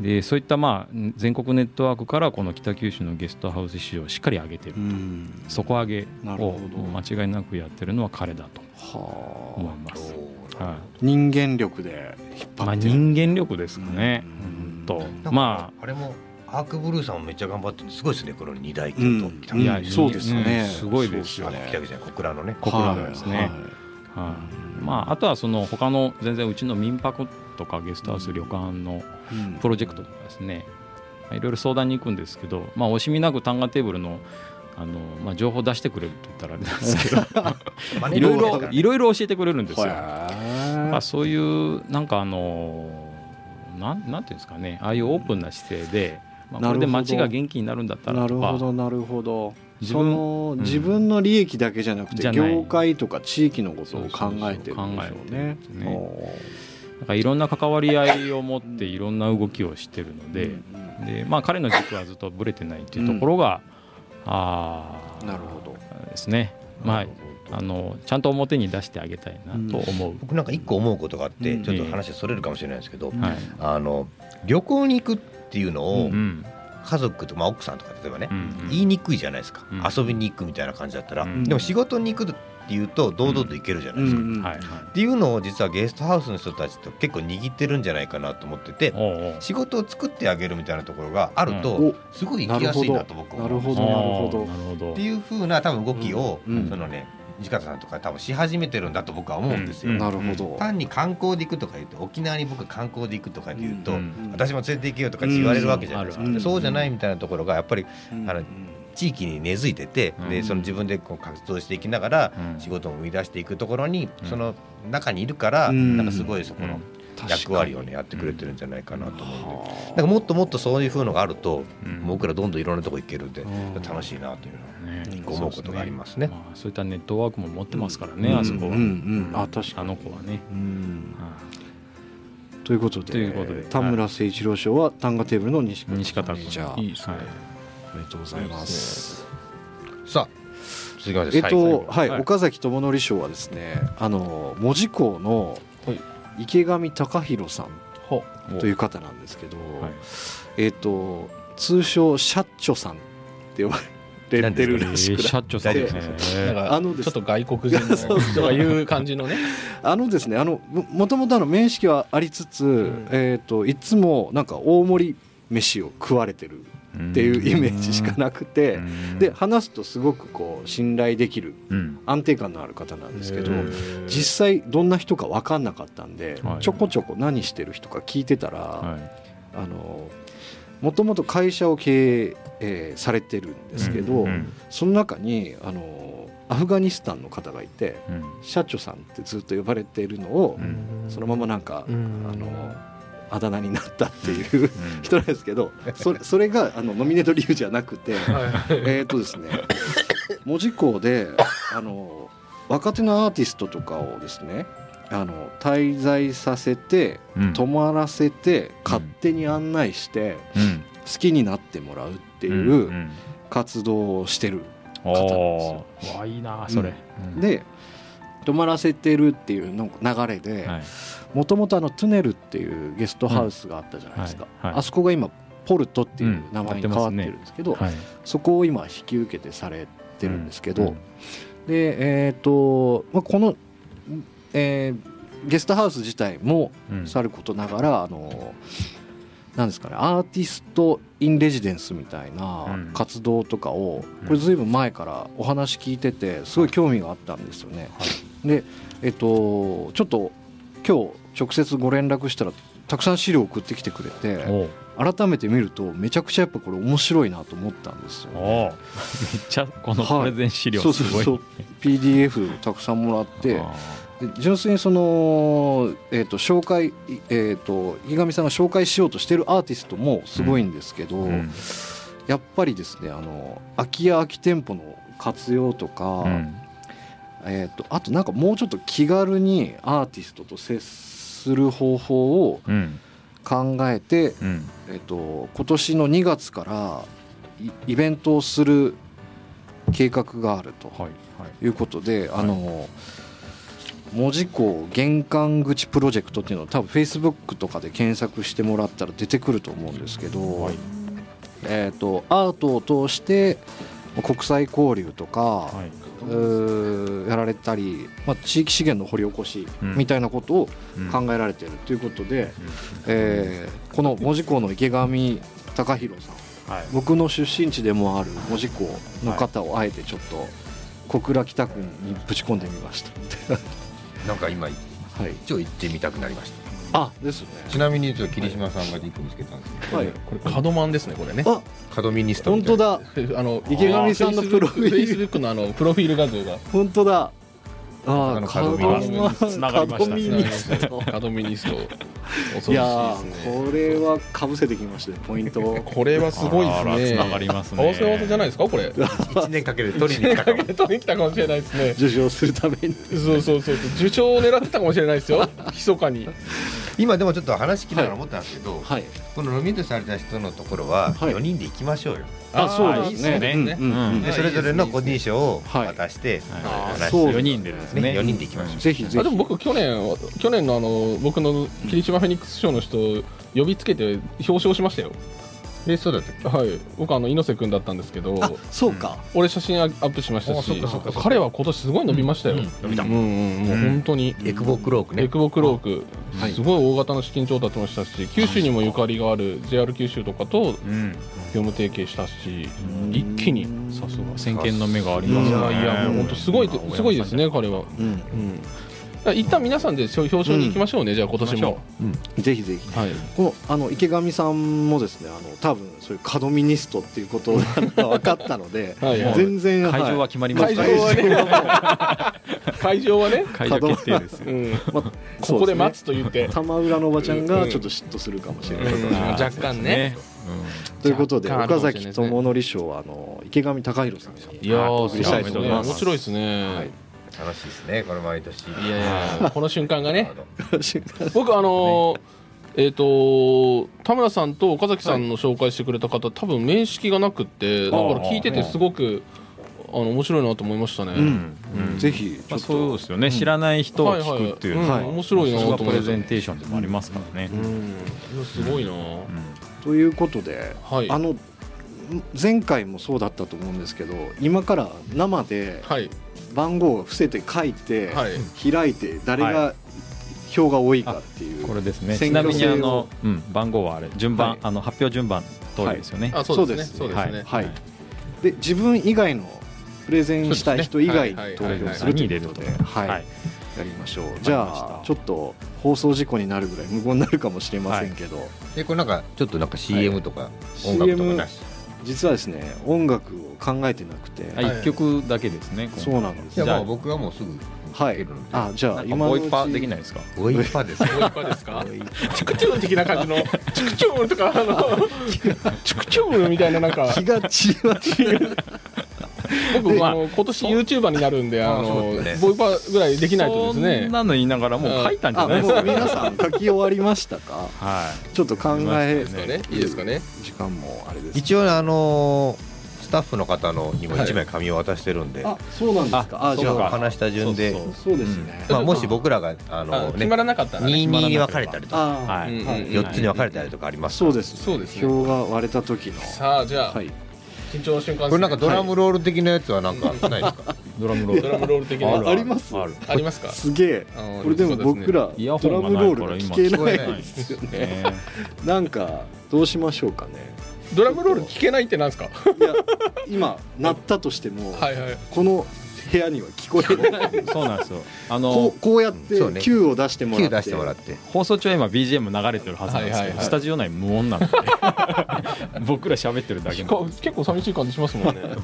Speaker 3: でそういったまあ全国ネットワークからこの北九州のゲストハウス市場をしっかり上げてる
Speaker 2: え、うん
Speaker 3: 底上げ
Speaker 2: なる
Speaker 3: を
Speaker 2: ほど
Speaker 3: 間違いなくやってるのは彼だと思
Speaker 2: はい
Speaker 3: ます。
Speaker 5: お
Speaker 3: はい
Speaker 2: あ人間力で引っ
Speaker 3: ま
Speaker 2: 張
Speaker 3: あ、
Speaker 2: ってる、
Speaker 3: 人間力ですかね
Speaker 2: う。ん
Speaker 3: うんと
Speaker 5: ー
Speaker 3: ま
Speaker 5: あれもアークブルーさんもめっちゃ頑張っててすごいですねこの二大系
Speaker 2: う
Speaker 5: と
Speaker 2: ん
Speaker 5: 北口
Speaker 3: あ
Speaker 2: ん
Speaker 3: い
Speaker 5: あ
Speaker 3: や
Speaker 5: の
Speaker 2: そうですね
Speaker 3: うんすごいですよ。
Speaker 2: そうです
Speaker 5: 北口じゃない小倉のね
Speaker 3: 小倉のですね
Speaker 2: はい
Speaker 3: はいまああとはその他の全然うちの民泊とかゲストハウス旅館の
Speaker 2: うん
Speaker 3: プロジェクトとかですね。まあいろいろ相談に行くんですけど、まあ惜しみなく単価テーブルのあのまあ情報出してくれると言ったらあれなんです けど。
Speaker 5: マネ
Speaker 3: い
Speaker 5: ーロ
Speaker 3: ろ
Speaker 5: ー
Speaker 3: い
Speaker 5: です
Speaker 3: ろ
Speaker 5: からね
Speaker 3: いろいろ教えてくれるんですよ。
Speaker 2: はい
Speaker 3: まあそういうなんかあのなんなんていうんですかね、ああいうオープンな姿勢で、まあ
Speaker 2: な
Speaker 3: こ
Speaker 2: るほど
Speaker 3: れで街が元気になるんだったら
Speaker 2: なる
Speaker 3: と
Speaker 2: ほ
Speaker 3: か、
Speaker 2: どなるほど
Speaker 3: 自
Speaker 2: そ
Speaker 3: 分
Speaker 2: の、
Speaker 3: ん
Speaker 2: 自分の利益だけじゃなくて
Speaker 3: じゃない
Speaker 2: 業界とか地域のことを考えてる
Speaker 3: そうそ
Speaker 2: ん
Speaker 3: う
Speaker 2: でしょ
Speaker 3: そう考え
Speaker 2: う
Speaker 3: てる
Speaker 2: ね
Speaker 3: んですねなんかいろんな関わり合いを持っていろんな動きをしてるの
Speaker 2: で、
Speaker 3: で、でまあ彼の軸はずっとぶれてないっていうところが、あ
Speaker 2: なるほど
Speaker 3: あですね。まああのちゃんと表に出してあげたいなと思う。
Speaker 5: 僕なんか一個思うことがあって、
Speaker 2: うん
Speaker 5: ちょっと話それるかもしれないですけど、
Speaker 2: うん
Speaker 3: はい。
Speaker 5: あの旅行に行くっていうのを
Speaker 3: うん
Speaker 5: 家族とか、まあ、奥さんとか例えばね、
Speaker 3: うんうん
Speaker 5: 言いにくいじゃないですか、
Speaker 3: うん
Speaker 5: 遊びに行くみたいな感じだったら、
Speaker 3: うん
Speaker 5: でも仕事に行くっていうと堂々と行けるじゃないですか、
Speaker 2: うん
Speaker 3: はいはい。
Speaker 5: っていうのを実はゲストハウスの人たちって結構握ってるんじゃないかなと思ってて
Speaker 3: おうおう
Speaker 5: 仕事を作ってあげるみたいなところがある
Speaker 2: う
Speaker 5: と
Speaker 2: ん
Speaker 5: すごい行きやすいなと僕は思うんです
Speaker 2: なるほど
Speaker 3: あーなるほど
Speaker 5: っていうふうな多分動きを、
Speaker 2: うんうん
Speaker 5: そのね西方さんとか多分し始めてるんだと僕は思うんですよ。
Speaker 3: うん
Speaker 2: なるほど、
Speaker 5: 単に観光で行くとか言うと沖縄に僕観光で行くとか言うと、
Speaker 3: うん
Speaker 5: 私も連れて行けよとか言われるわけじゃないですか、
Speaker 2: うん
Speaker 5: でそうじゃないみたいなところがやっぱり
Speaker 2: うん
Speaker 5: あの地域に根付いてて、
Speaker 3: うん
Speaker 5: でその自分でこう活動していきながら
Speaker 3: うん
Speaker 5: 仕事を生み出していくところに、
Speaker 3: うん
Speaker 5: その中にいるから、
Speaker 2: うん
Speaker 5: なんかすごいそこの役割をね、やってくれてるんじゃないかなと思うんで、なんかもっともっとそういう風のがあると、
Speaker 3: うん
Speaker 5: 僕らどんどんいろんなとこ行けるんで、
Speaker 2: うん
Speaker 5: 楽しいなというのは
Speaker 3: ね
Speaker 2: うん
Speaker 5: こう思うことがありますね。
Speaker 3: そうですねまあ、そういったネットワークも持ってますからね、
Speaker 2: うん
Speaker 3: あそこは、
Speaker 2: うんうんあ確かに
Speaker 3: あの子はね、
Speaker 2: うん
Speaker 3: は
Speaker 2: ということで
Speaker 3: ということで
Speaker 2: 田村誠一郎賞は単価テーブルの西
Speaker 3: い
Speaker 2: 方
Speaker 3: 西方君
Speaker 2: じゃあ
Speaker 3: いいですね、
Speaker 2: おめでとうございます
Speaker 5: さあ続きまして
Speaker 2: えっと
Speaker 5: 最後
Speaker 2: はい、
Speaker 3: はい
Speaker 2: 岡崎智則賞はですねあの門司港の
Speaker 6: はい
Speaker 2: 池上貴弘さん
Speaker 6: ほ
Speaker 3: お
Speaker 2: という方なんですけど、
Speaker 3: はい
Speaker 2: えっと通称シャッチョさんって呼ばれてる
Speaker 3: え
Speaker 2: らし
Speaker 3: ー
Speaker 2: く
Speaker 3: 社長さんですね
Speaker 6: なん
Speaker 3: え
Speaker 6: か
Speaker 2: あのです
Speaker 6: ちょっと外国人のとかいう感じ のね
Speaker 2: あのですねあのももともとあの面識はありつつ、
Speaker 6: ん
Speaker 2: えー、といつもなんか大盛り飯を食われてる
Speaker 3: ー
Speaker 2: っていうイメージしかなくて、
Speaker 3: うん
Speaker 2: で話すとすごくこう信頼できる
Speaker 3: うん
Speaker 2: 安定感のある方なんですけど
Speaker 6: へー
Speaker 2: 実際どんな人か分かんなかったんで、
Speaker 3: はい
Speaker 2: ちょこちょこ何してる人か聞いてたら、
Speaker 3: は
Speaker 2: あのもともと会社を経営、えーされてるんですけど、
Speaker 3: うんうん
Speaker 2: その中にあのアフガニスタンの方がいて。
Speaker 3: いうん
Speaker 2: 社長さんってずっと呼ばれているのを、
Speaker 3: うん
Speaker 2: そのままなんか、
Speaker 6: うん
Speaker 2: あのあだ名になったっていう人なんですけどそれそれがあのノミネート理由じゃなくてえっとですね門司港であの若手のアーティストとかをですねあの滞在させて
Speaker 3: うん
Speaker 2: 泊まらせて勝手に案内して
Speaker 3: うん
Speaker 2: 好きになってもらうって
Speaker 3: う
Speaker 2: い
Speaker 3: ん
Speaker 2: ううん活動をしてるな
Speaker 3: お
Speaker 2: んです
Speaker 3: ー
Speaker 2: よ
Speaker 3: うわいいなそれ、うん
Speaker 2: で泊まらせてるっていうの流れで、
Speaker 3: はい
Speaker 2: もともとあのトゥネルっていうゲストハウスがあったじゃないですか、
Speaker 3: はいはい
Speaker 2: あそこが今ポルトっていう名前に変わって
Speaker 3: うんやってますね
Speaker 2: るんですけど、
Speaker 3: はい
Speaker 2: そこを今引き受けてされてるんですけど、
Speaker 3: うん
Speaker 2: でえっ、と、まあ、この、えーゲストハウス自体も
Speaker 3: うん
Speaker 2: さることながら、あのなんですかねアーティスト・イン・レジデンスみたいな
Speaker 3: うん
Speaker 2: 活動とかを
Speaker 3: うん
Speaker 2: これずいぶん前からお話聞いててすごい興味があったんですよね。でえっとちょっと今日直接ご連絡したらたくさん資料送ってきてくれて
Speaker 3: おう
Speaker 2: 改めて見るとめちゃくちゃやっぱこれ面白いなと思ったんですよね。
Speaker 3: おうめっちゃこのプレゼン資料
Speaker 2: そう
Speaker 3: す
Speaker 2: そう
Speaker 3: ごい、
Speaker 2: そう PDF たくさんもらって
Speaker 3: あ
Speaker 2: 純粋にその、えー、と紹介、いえー、と池上さんが紹介しようとしてるアーティストもすごいんですけど、
Speaker 5: うん
Speaker 2: やっぱりですねあの空き家空き店舗の活用とか、
Speaker 3: うん
Speaker 2: えー、とあとなんかもうちょっと気軽にアーティストと接する方法を
Speaker 3: うん
Speaker 2: 考えて、
Speaker 3: うん
Speaker 2: えー、と今年の2月からイイベントをする計画があると。
Speaker 3: はいはい
Speaker 2: ということで、あの、門司港玄関口プロジェクトっていうのを多分フェイスブックとかで検索してもらったら出てくると思うんですけど、
Speaker 3: はい
Speaker 2: えー、とアートを通して国際交流とか、
Speaker 3: はいう
Speaker 2: ーやられたり、まあ、地域資源の掘り起こしみたいなことを
Speaker 3: うん
Speaker 2: 考えられているということで、えーこの門司港の池上隆弘さん
Speaker 3: はい
Speaker 2: 僕の出身地でもある門司港の方をあえてちょっと小倉北区にぶち込んでみました、
Speaker 5: なんか今
Speaker 2: はい、
Speaker 5: 一応行ってみたくなりました
Speaker 2: あですね
Speaker 5: ちなみにちょっと霧島さんが一個見つけたんですけど、
Speaker 2: はい
Speaker 6: これ角マンですねこれね
Speaker 2: あ
Speaker 5: カドミニスト
Speaker 2: 本
Speaker 5: みたい
Speaker 2: 当
Speaker 5: な
Speaker 2: だ
Speaker 6: あの
Speaker 2: 池上さんのプロフィール
Speaker 6: フェイスブックのあのプロフィール画像が
Speaker 2: 本当だあ
Speaker 5: あの
Speaker 2: あ
Speaker 5: 角見
Speaker 6: が
Speaker 3: つながりました
Speaker 2: 角
Speaker 3: ね
Speaker 2: 見にしたよ
Speaker 6: 角ミニスト恐
Speaker 2: いや
Speaker 6: ろしいですね
Speaker 2: ーこれはかぶせてきましたねポイントを
Speaker 6: これはすごいで
Speaker 3: あ
Speaker 6: すね
Speaker 3: らあらつながりますね
Speaker 6: 合わせ合わせじゃないですか これ
Speaker 5: 1年かけて取りに来たかも
Speaker 6: 取りに来たかもしれないですね
Speaker 2: 受賞するために
Speaker 6: そうそうそう受賞を狙ってたかもしれないで すよ密かに
Speaker 5: 今でもちょっと話聞きながら思ったんですけど、
Speaker 2: はい
Speaker 5: このノミネートされた人のところは
Speaker 2: はい
Speaker 5: 4人で行きましょうよ、
Speaker 2: あそう
Speaker 6: あーい
Speaker 2: で
Speaker 6: いっ
Speaker 2: す
Speaker 6: す
Speaker 2: ね
Speaker 6: ね
Speaker 2: うんうんうん
Speaker 5: でそれぞれの個人賞を
Speaker 2: はい
Speaker 5: 渡して、
Speaker 3: は
Speaker 5: 話
Speaker 2: そう
Speaker 5: し
Speaker 3: い
Speaker 5: て
Speaker 3: 4人でですね
Speaker 5: ね4人で行きましょう、
Speaker 2: ぜひぜ
Speaker 6: あで
Speaker 2: ひ
Speaker 6: も僕去年は去年のあの僕の霧島フェニックス賞の人呼びつけて表彰しましたよ
Speaker 5: でそうだったっ
Speaker 6: はい僕あの猪瀬君だったんですけど
Speaker 2: あそうか
Speaker 6: 俺写真アップしました
Speaker 5: あそっ
Speaker 6: し
Speaker 5: かそっかそっか
Speaker 6: 彼は今年すごい伸びましたよ、
Speaker 5: うん伸びた
Speaker 6: うんうんうん本当に、
Speaker 5: けエクボクローク
Speaker 6: エ
Speaker 5: ね
Speaker 6: クボクローク、
Speaker 2: はい
Speaker 6: すごい大型の資金調達もしたし九州にもゆかりがある JR 九州とかと
Speaker 3: うん
Speaker 6: 業務提携したし
Speaker 2: ん
Speaker 6: 一気に
Speaker 3: さすが先見の目がありま
Speaker 6: い
Speaker 3: す
Speaker 6: や
Speaker 3: ね
Speaker 6: いやもう本当すごい
Speaker 3: うん
Speaker 6: すごいですね彼は
Speaker 2: うん
Speaker 6: うんだから一旦皆さんで表彰に行きましょうね、じゃあ今年も、
Speaker 2: ぜひぜひ
Speaker 6: はい、
Speaker 2: このあの池上さんもですねあの多分そういうカドミニストっていうことが分かったの で
Speaker 6: はいはい
Speaker 2: 全然
Speaker 3: 会場は
Speaker 2: はい
Speaker 3: 決まりま
Speaker 6: 会
Speaker 3: し
Speaker 6: 場
Speaker 3: た
Speaker 6: はね会場はね、
Speaker 3: 会場決定ですよ
Speaker 6: うん、
Speaker 2: まあ
Speaker 6: ここで待つ
Speaker 2: そう
Speaker 6: と言って
Speaker 2: すね玉浦のおばちゃんがちょっと嫉妬するかもしれない、
Speaker 6: うん若干ね
Speaker 2: ということで
Speaker 6: 若干ある
Speaker 2: 岡
Speaker 6: かもしれない
Speaker 2: 崎
Speaker 6: ですね
Speaker 2: 智則賞はあの池上貴弘さんに
Speaker 6: いやー
Speaker 2: 送りしたいと思います
Speaker 6: 面白いですね、
Speaker 2: はいい、
Speaker 5: 楽しいですねこれ毎年い
Speaker 6: やいやこの瞬間がね
Speaker 2: は
Speaker 6: 僕あのーえっ、と田村さんと岡崎さんの紹介してくれた方、多分面識がなくってだから聞いててすごくあの面白いなと思いましたね、
Speaker 2: うん
Speaker 3: うん
Speaker 2: ぜひちょ
Speaker 3: まあ
Speaker 2: っと、
Speaker 3: そうですよね知らない人を聞くっていうの
Speaker 6: は
Speaker 3: が
Speaker 6: いはいうん面白いなと思って
Speaker 3: プレゼンテーションでもありますからね
Speaker 6: うんすごいな、
Speaker 2: ということで、
Speaker 6: はい
Speaker 2: あの前回もそうだったと思うんですけど今から生で
Speaker 6: はい
Speaker 2: 番号を伏せて書いて、
Speaker 6: はい
Speaker 2: 開いて誰
Speaker 3: は
Speaker 2: が票が多いかっていう、
Speaker 3: これですね
Speaker 2: 選
Speaker 3: ちな
Speaker 2: 挙
Speaker 3: みにあ
Speaker 2: 制
Speaker 3: の
Speaker 2: を、
Speaker 3: うん番号はあれ順番、
Speaker 2: はい
Speaker 3: あの発表順番通りですよね、
Speaker 6: あそうですね
Speaker 2: そ
Speaker 6: そうう
Speaker 2: で
Speaker 6: ですす
Speaker 3: ね
Speaker 6: ね
Speaker 2: はい、で自分以外のプレゼンしたい人以外に投
Speaker 6: そうですね
Speaker 2: 票
Speaker 6: はい
Speaker 2: すると
Speaker 3: に入
Speaker 2: い
Speaker 3: れ
Speaker 2: う
Speaker 3: る
Speaker 2: こととで、はい
Speaker 3: はい
Speaker 2: やりましょう
Speaker 3: した
Speaker 2: じゃあちょっと放送事故になるぐらい無言になるかもしれませんけど、
Speaker 5: でこれなんかちょっとなんか CM とか音楽とかなし、
Speaker 2: 実はですね音楽を考えてなくて、
Speaker 3: あ一曲だけですね
Speaker 2: そうなんです
Speaker 5: じゃ
Speaker 2: よ
Speaker 5: あもう僕はもうすぐ
Speaker 2: は
Speaker 5: け
Speaker 2: い
Speaker 5: るので
Speaker 2: あじゃあ
Speaker 3: 今
Speaker 2: 今の
Speaker 3: も
Speaker 2: う
Speaker 3: う
Speaker 2: ち
Speaker 3: 一パーできないですか
Speaker 5: おいっぱですね
Speaker 6: どういうかですかチクチューン的な感じのチクチューンとかあのチクチューンみたいななん か
Speaker 2: 気が散りま
Speaker 6: 僕まあ今年 YouTuber になるんであ
Speaker 5: あそう
Speaker 6: の
Speaker 5: ですね
Speaker 6: ボイパーぐらいできないとです
Speaker 3: そん
Speaker 6: ね
Speaker 3: なの言いながらもう書いたんじゃ
Speaker 2: あ
Speaker 3: ないで
Speaker 2: も
Speaker 3: すか、
Speaker 2: う皆さん書き終わりましたか
Speaker 3: は
Speaker 2: ちょっと考え
Speaker 3: そう
Speaker 6: ねいいですかね
Speaker 2: 時間もあれで す
Speaker 5: 一応あのースタッフの方のにも1枚紙を渡してるんで、
Speaker 2: あそうなんですか
Speaker 3: あ
Speaker 2: あじゃ
Speaker 3: そう
Speaker 2: あ
Speaker 3: か
Speaker 5: 話した順で
Speaker 3: そうそう
Speaker 2: そうですね、
Speaker 5: まあ、もし僕らがあ
Speaker 6: あ
Speaker 5: の、
Speaker 6: 決
Speaker 5: ね、
Speaker 6: まらなかったらね
Speaker 5: 2二に分かれたりとか
Speaker 2: ああ、
Speaker 3: はい
Speaker 6: うんうん
Speaker 2: はい
Speaker 5: 4つに分かれたりとかあります
Speaker 2: そうですね
Speaker 6: そうですね
Speaker 2: 票が割れた時の
Speaker 6: さあじゃあ
Speaker 2: はい
Speaker 6: 緊張の瞬間
Speaker 5: これなんか
Speaker 6: です
Speaker 5: ドラムロール的なやつはなんかないですか
Speaker 3: い、ドラムロ
Speaker 6: ね
Speaker 3: ー
Speaker 6: ド
Speaker 3: ル
Speaker 6: ラムロール的
Speaker 2: あ
Speaker 6: な
Speaker 2: あります
Speaker 3: ある
Speaker 6: ありますか
Speaker 2: すげえ
Speaker 6: あの
Speaker 2: これでも
Speaker 6: そうですね
Speaker 2: 僕ら
Speaker 3: イ
Speaker 2: ド
Speaker 3: ヤホ
Speaker 2: ラ
Speaker 3: ン
Speaker 2: ムロ
Speaker 3: がない
Speaker 2: ー
Speaker 3: から
Speaker 2: ル
Speaker 3: 今
Speaker 2: が聞け
Speaker 5: 聞こえ
Speaker 2: な
Speaker 5: ないい
Speaker 2: で
Speaker 5: です
Speaker 2: よねなんかどうしましょうかね
Speaker 6: ドラムロール聞けないってなんです
Speaker 2: い
Speaker 6: か
Speaker 2: や 今鳴ったとしても
Speaker 6: はいはい
Speaker 2: この部屋には聞こえ ない
Speaker 3: そうなんですよあ
Speaker 2: こ
Speaker 3: の
Speaker 2: うこうやって
Speaker 5: そうね
Speaker 2: Q を出してもら
Speaker 5: ?9
Speaker 2: って
Speaker 5: 出してもらって
Speaker 3: 放送中は今 BGM 流れてるはずなんですけど、
Speaker 6: はいはいはい
Speaker 3: スタジオ内無音なんで 僕ら喋ってるだけ
Speaker 6: 結
Speaker 3: なん
Speaker 6: 構
Speaker 3: です
Speaker 6: 結構寂しい感じしますもんねああなる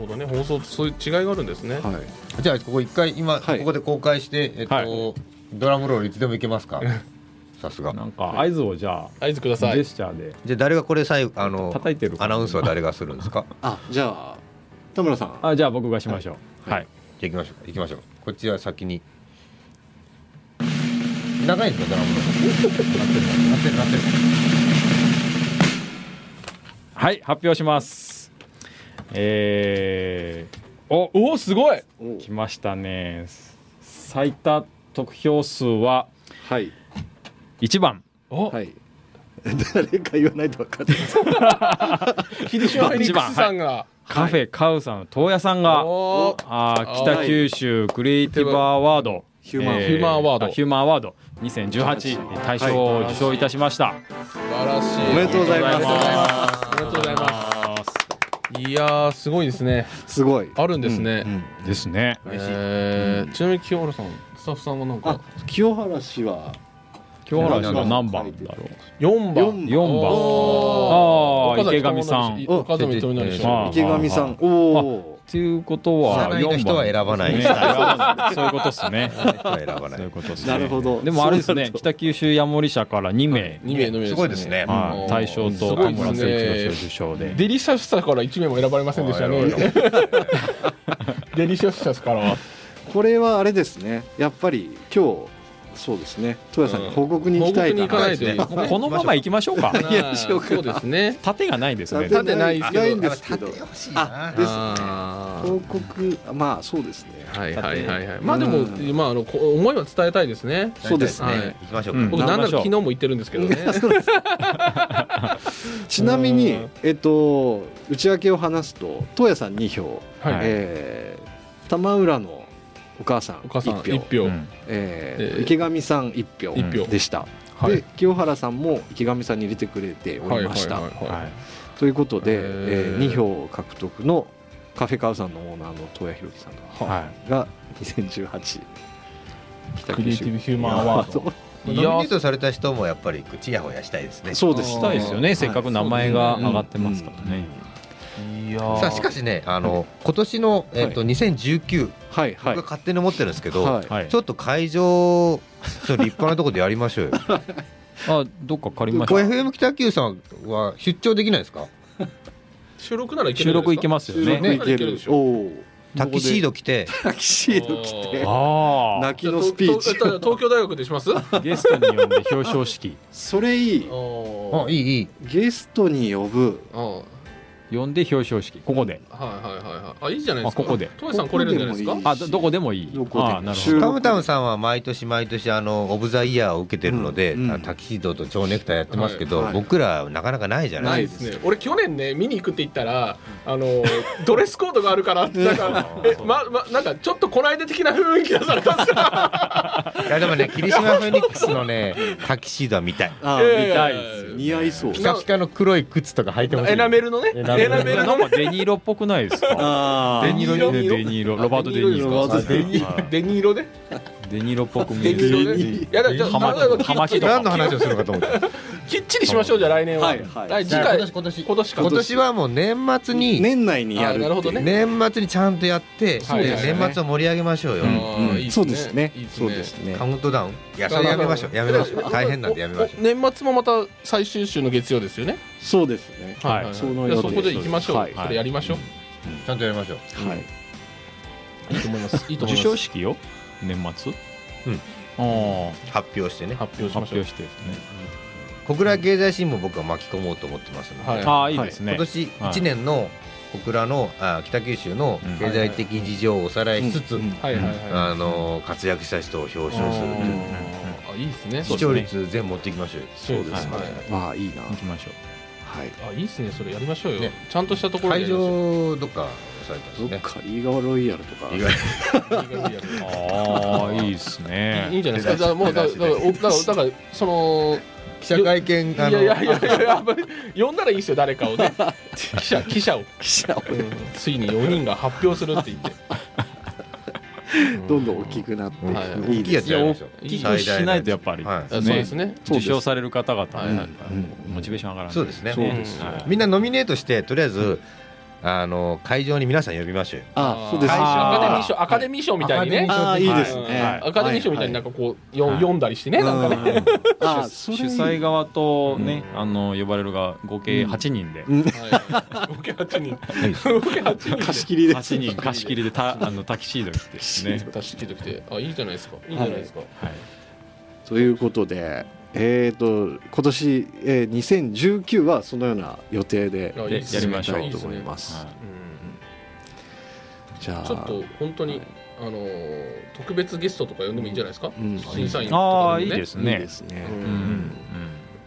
Speaker 6: ほどね放送とそういう違いがあるんですね。
Speaker 2: はい
Speaker 5: じゃあここ一回今
Speaker 2: はい
Speaker 5: ここで公開してえっ
Speaker 3: はい
Speaker 5: とドラムロールいつでもいけますかさすが
Speaker 3: なんか合図をじゃ
Speaker 6: 合図くだ
Speaker 3: あ、
Speaker 6: さ
Speaker 3: ジェ
Speaker 6: い。
Speaker 3: スチャーで
Speaker 5: じゃあ誰がこれ最後あの
Speaker 3: 叩いてる
Speaker 5: アナウンスは誰がするんですか
Speaker 2: あじゃあ田村さん
Speaker 3: あじゃあ僕がしましょうはい、
Speaker 5: じゃあ行きましょう行きましょうこっちは先に長いんですかドラムロールなってるなってるなってる
Speaker 3: はい、発表しますえー、お
Speaker 6: おおすごい。
Speaker 2: お
Speaker 3: 来ましたね最多得票数は
Speaker 2: はい
Speaker 3: 1番
Speaker 6: お、
Speaker 2: はい 誰か言わないと分かんない
Speaker 6: 秀島フェニックスさんが、
Speaker 3: カフェカウさん東野さんが
Speaker 6: おー
Speaker 3: あー北九州クリエイティブアワード
Speaker 2: ヒューマン
Speaker 3: え
Speaker 6: ヒューマンアワード
Speaker 3: あヒューマンアワード2018大賞を受賞いたしました、
Speaker 6: 素晴らしい。
Speaker 2: おめでとうございます
Speaker 6: おめでとうございます。おめでとうございまます。いやーすごいですね。
Speaker 2: すごい
Speaker 6: あるんですね。
Speaker 2: うん
Speaker 3: ですね
Speaker 6: えーちなみに清原さん、スタッフさんはなん
Speaker 2: あ
Speaker 6: か
Speaker 2: 清原氏は
Speaker 3: 清原氏は何番だろう
Speaker 6: 四番。
Speaker 2: 四
Speaker 3: 4番あ
Speaker 6: おー
Speaker 3: ー
Speaker 6: 岡崎
Speaker 3: 池上さん
Speaker 6: 智則岡崎富成
Speaker 3: あ
Speaker 6: さ
Speaker 3: ー
Speaker 2: 池上さんおお
Speaker 3: ということは
Speaker 5: 知らない人は選ばない
Speaker 3: ね 選ばないそういうことですね
Speaker 5: 選ば
Speaker 3: そ
Speaker 5: な
Speaker 3: うい
Speaker 5: いう
Speaker 3: ことですね
Speaker 2: なるほど
Speaker 3: でもあれです
Speaker 2: そ
Speaker 3: ね
Speaker 2: うなると
Speaker 3: 北九州ヤモリ社から2名
Speaker 6: ん。二名のみです
Speaker 5: すごいですね
Speaker 3: はい大賞と田村正樹投手受賞で
Speaker 6: デリシャスさから一名も選ばれませんでした
Speaker 5: あ
Speaker 6: ね。
Speaker 5: 選ばれない
Speaker 6: デリシャスさからは。
Speaker 2: これはあれですねやっぱり今日そうですね戸谷さんに報告に行きたい
Speaker 6: 報告に行かないと
Speaker 5: ね
Speaker 3: もう このまま行きましょうか
Speaker 2: いやしようか
Speaker 6: そうですね。
Speaker 3: 縦がないですね
Speaker 2: 縦
Speaker 6: 立てないですけど
Speaker 2: ないんですけど
Speaker 5: 立てほしい
Speaker 2: あ
Speaker 5: な
Speaker 2: です
Speaker 6: あー
Speaker 2: 報告まあそうですね
Speaker 6: はいはいはいはい。まあ
Speaker 2: うん
Speaker 6: でも、まああのこう思いは伝えたいですね。
Speaker 2: そうです
Speaker 6: は
Speaker 2: ね
Speaker 6: い
Speaker 5: 行きましょう
Speaker 3: うん
Speaker 5: か
Speaker 6: 僕なんな
Speaker 3: 頑張り
Speaker 6: ら
Speaker 3: ましょう
Speaker 6: 昨日も言ってるんですけど ね。
Speaker 2: ちなみ
Speaker 6: う
Speaker 2: に
Speaker 6: ん
Speaker 2: えっと内訳を話すと東谷さん2票
Speaker 6: はい
Speaker 2: えー玉浦のお母さん
Speaker 6: お母さん
Speaker 2: 1
Speaker 6: 一
Speaker 2: 票
Speaker 6: 票。
Speaker 3: うん
Speaker 2: え
Speaker 6: え
Speaker 2: ー
Speaker 6: ー
Speaker 2: 池上さん1票
Speaker 6: 一票
Speaker 2: でした
Speaker 6: はい
Speaker 2: で清原さんも池上さんに入れてくれておりました
Speaker 3: は
Speaker 6: はい
Speaker 2: ということで
Speaker 6: へー
Speaker 2: えー2票獲得のカフェカウさんのオーナーの東谷弘樹さんが
Speaker 3: は
Speaker 2: が2018
Speaker 6: い。
Speaker 2: 北
Speaker 6: クリエイティブヒューマンア
Speaker 2: あ
Speaker 6: ワー
Speaker 2: そう
Speaker 6: ド。
Speaker 5: ノミネートされた人もやっぱりちやほやしたいですね
Speaker 2: そう
Speaker 3: い
Speaker 2: です
Speaker 3: したいですよねせっかく名前が上がってますからね
Speaker 6: いやー
Speaker 5: さあしかしねあの今年のえっと2019
Speaker 2: はいは
Speaker 5: 僕
Speaker 2: い
Speaker 5: が勝手に思ってるんですけど
Speaker 2: はい
Speaker 3: はい
Speaker 5: ちょっと会場ちょっと立派なとこ ろでやりましょうよ。
Speaker 3: あどっか借りまし
Speaker 5: こ
Speaker 3: ょ
Speaker 5: れ
Speaker 3: う
Speaker 5: FM 北九さんは出張できないですか？
Speaker 6: 収録ならいける
Speaker 3: 収
Speaker 6: んじゃない
Speaker 3: 録
Speaker 6: です
Speaker 3: 行け
Speaker 6: か
Speaker 3: ますよ
Speaker 2: 収録
Speaker 3: ね
Speaker 2: いけるおおー
Speaker 5: タキシード着て
Speaker 2: タキシード着て
Speaker 3: ああ
Speaker 2: 泣きのスピーチ
Speaker 6: じゃあ東東京大学でします
Speaker 3: ゲストに呼んで表彰式
Speaker 2: それいい
Speaker 5: あいいいい
Speaker 2: ゲストに呼ぶ
Speaker 6: はい
Speaker 3: 呼んで表彰式ここで
Speaker 6: はいはいはいあいいじゃないですか
Speaker 3: あここで
Speaker 6: トメさん来れるんじゃないですか
Speaker 2: ここでもいい
Speaker 3: あどど
Speaker 2: ど
Speaker 3: こでもいい
Speaker 2: こでも
Speaker 3: あーなるほ
Speaker 2: 収
Speaker 3: ど
Speaker 2: 録
Speaker 5: タムタムさんは毎年毎年あのオブザイヤーを受けてるので、
Speaker 2: うんうん
Speaker 5: あタキシードと蝶ネクタイやってますけど、
Speaker 2: はいはい
Speaker 5: 僕らなかなかないじゃ
Speaker 6: な
Speaker 5: ない
Speaker 6: いですね俺去年ね見に行くって言ったらあのドレスコードがあるからなんかえままなんかちょっとこないだ的な雰囲気出されたんですか
Speaker 5: いやでもね霧島フェニックスのねタキシードは見たい
Speaker 2: あ
Speaker 6: い
Speaker 2: ー
Speaker 6: やいやい
Speaker 3: 見
Speaker 6: や
Speaker 3: たいですよ
Speaker 2: 似合いそう
Speaker 5: ピカピカの黒い靴とか履いてほしい
Speaker 6: エナメルのねエ
Speaker 5: エ
Speaker 6: ナ
Speaker 5: ナメル
Speaker 6: メル
Speaker 3: な
Speaker 6: の
Speaker 3: んかデニーロっぽくないですか
Speaker 2: あ
Speaker 3: デ
Speaker 2: ー
Speaker 3: ニーロねデニーロロバート・デニーロ
Speaker 2: ロバートデ
Speaker 6: ニ
Speaker 3: はい
Speaker 6: デニーロで
Speaker 3: デニーロっぽく見
Speaker 6: デ
Speaker 3: え
Speaker 6: ニーロ
Speaker 3: る
Speaker 6: でいやだからじゃ
Speaker 3: ハマ
Speaker 6: あなんか
Speaker 3: ハマチと
Speaker 5: 何の
Speaker 3: か
Speaker 5: 話をするのかと思った
Speaker 6: きっちりしましょうじゃあ来年は
Speaker 2: はいはい
Speaker 6: 次回今
Speaker 5: 今年
Speaker 6: 年か
Speaker 5: 今年はもう年末に、
Speaker 2: 年内にやる
Speaker 6: あなるほどね
Speaker 5: 年末にちゃんとやって、
Speaker 6: はい
Speaker 5: で
Speaker 6: はいはい
Speaker 5: 年末を盛り上げましょうよ、
Speaker 6: うん
Speaker 2: うん
Speaker 6: いいっす
Speaker 2: そ
Speaker 6: ね
Speaker 2: うですね
Speaker 6: いいっすね
Speaker 2: そうですね
Speaker 5: カウントダウンいやそれやめましょうやめましょう大変なんでやめましょう
Speaker 6: 年末もまた最終週の月曜ですよね
Speaker 2: そうですね
Speaker 3: はい
Speaker 6: そ
Speaker 2: その予定
Speaker 6: そこで行きましょう、
Speaker 3: はい
Speaker 6: それやりましょう、
Speaker 5: ちゃんとやりましょう
Speaker 2: はい
Speaker 6: い、いと思いますいいと思
Speaker 3: 授
Speaker 6: い
Speaker 3: 賞
Speaker 6: ます
Speaker 3: 式よ年末
Speaker 5: うん
Speaker 3: あ
Speaker 5: 発表してね
Speaker 6: 発表
Speaker 3: あ
Speaker 6: しま
Speaker 3: 発
Speaker 6: しょう
Speaker 3: 表してですね
Speaker 5: 小倉経済新聞僕は巻き込もうと思ってますので、
Speaker 6: はい
Speaker 3: ああいいですね
Speaker 5: 今年1年の小倉のあ北九州の経済的事情をおさらいしつつ、
Speaker 2: うん
Speaker 6: はいはいはい、
Speaker 5: あの活躍した人を表彰するという
Speaker 6: あーあいいですね
Speaker 5: 視聴率全部持っていきましょうよ
Speaker 6: そうですね、
Speaker 3: はい
Speaker 2: まあいいな
Speaker 3: 行きましょう
Speaker 2: はい
Speaker 6: あいいですねそれやりましょうよ、
Speaker 5: ね
Speaker 6: ちゃんとしたところで
Speaker 5: 会
Speaker 6: やりましょう
Speaker 5: 場どっかされたん
Speaker 2: ど
Speaker 5: です
Speaker 2: っ
Speaker 5: ね
Speaker 2: かリーガーロイヤルとか
Speaker 5: 意外
Speaker 3: ああいいです
Speaker 6: いいん
Speaker 3: ね
Speaker 6: じゃないですかだからもうだだからおだからだからその
Speaker 5: 記者会見あ
Speaker 6: いや
Speaker 5: の
Speaker 6: いやいやいややっぱり呼んだらいいですよ誰かをね記者記者を、
Speaker 2: 記者を
Speaker 6: うんついに4人が発表するって言って
Speaker 2: どんどん大きくなって
Speaker 6: はい
Speaker 2: いい
Speaker 5: 大きい
Speaker 2: で
Speaker 5: や
Speaker 2: す
Speaker 5: つやりましょ
Speaker 3: 大きくしないとやっぱり
Speaker 5: はい
Speaker 6: あそうですね
Speaker 2: そう
Speaker 3: 受
Speaker 2: です
Speaker 3: 賞される方々
Speaker 6: はいはい
Speaker 3: モチベーション上がらないう
Speaker 5: そうですね
Speaker 2: そうです
Speaker 6: はい
Speaker 5: みんなノミネートしてとりあえずあの会場に皆さん呼びましょうよ
Speaker 2: あそうです
Speaker 5: 会社
Speaker 6: アカデミ
Speaker 2: あ
Speaker 6: ー賞アカデミー賞みたいにね
Speaker 3: アカデミー賞
Speaker 2: あーいいです
Speaker 6: はい
Speaker 2: ね、
Speaker 6: はいアカデミー賞みたいになんかこうよ読んだりしてねなんかね
Speaker 2: ね、うんあそ
Speaker 3: 主
Speaker 2: れいい
Speaker 3: 催側とね、あの呼ばれるが合計8人で、
Speaker 6: はい合計8人合計8人
Speaker 2: 貸し切りで
Speaker 3: 8人貸し切りで たあのタキシード着てね、
Speaker 6: 出してきてあいいじゃないですかいいじゃないですか
Speaker 3: はい、
Speaker 2: ということで、えー、と今年、えー、2019はそのような予定で
Speaker 6: あいいっす
Speaker 3: や
Speaker 6: ね
Speaker 3: りましょう
Speaker 6: いいっす
Speaker 2: と
Speaker 6: ね
Speaker 2: 思います。
Speaker 3: はい
Speaker 2: じゃあ
Speaker 6: ちょっと本当にあのー特別ゲストとか呼んでもいいんじゃないですか
Speaker 2: うん
Speaker 6: 審査員と
Speaker 3: あ
Speaker 6: か
Speaker 3: あいいですす
Speaker 2: いいで
Speaker 3: ね
Speaker 2: すね、
Speaker 6: う
Speaker 3: うん
Speaker 6: ん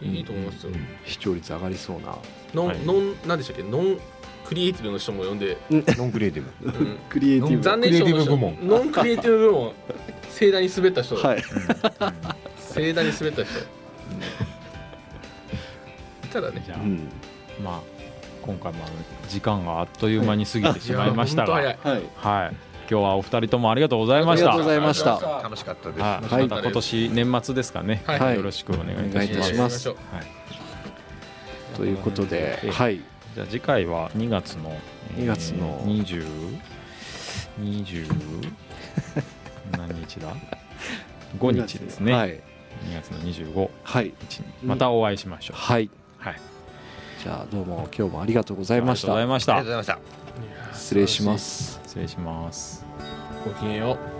Speaker 3: うん
Speaker 6: いいと思いますよ
Speaker 2: 視聴率上がりそうな
Speaker 6: ノ
Speaker 3: はい
Speaker 6: ンノン何でしたっけノンクリエイティブの人も呼んで
Speaker 5: ノンクリエイティブ
Speaker 6: うん
Speaker 2: クリエイティブ
Speaker 6: 残念賞の
Speaker 5: クリエイティブ部
Speaker 6: 人
Speaker 5: 門
Speaker 6: ノンクリエイティブ部門盛大に滑った人
Speaker 2: はい、
Speaker 6: 盛大に滑った人ただね
Speaker 3: じゃ
Speaker 2: う
Speaker 3: あ、
Speaker 2: ん
Speaker 3: まあ今回もあの時間があっという間に過ぎてしまいましたが、
Speaker 6: い
Speaker 3: はい
Speaker 6: や本
Speaker 2: はい、
Speaker 3: 今日はお二人ともありがとうございました。
Speaker 2: ありがとうございました
Speaker 5: 楽しかったです
Speaker 3: はい、
Speaker 2: はい
Speaker 3: また今年年末ですかね、
Speaker 6: はい
Speaker 2: はい
Speaker 3: よろしくお願いいたし
Speaker 2: お願いい
Speaker 3: ま
Speaker 2: た
Speaker 3: す。
Speaker 2: し
Speaker 3: はい
Speaker 6: 当に
Speaker 2: ます
Speaker 6: やり
Speaker 2: ということで、
Speaker 3: ええ
Speaker 2: はい、
Speaker 3: じゃあ次回は2月のえー
Speaker 2: 2月の
Speaker 3: 20 20何日だ5日ですね、
Speaker 2: はい、
Speaker 3: 2月の25
Speaker 2: はい、
Speaker 3: 日に
Speaker 2: うん
Speaker 3: またお会いしましょう、
Speaker 2: はい、
Speaker 3: はい、あり
Speaker 2: じゃあどうも今日もありがとうござい
Speaker 3: が
Speaker 2: ま
Speaker 3: と
Speaker 2: し
Speaker 3: うござい
Speaker 2: た。
Speaker 3: まし
Speaker 5: ありがと
Speaker 3: た
Speaker 5: うございました
Speaker 6: ましょう
Speaker 2: 失礼します。
Speaker 3: 失礼します
Speaker 6: ごきげんよう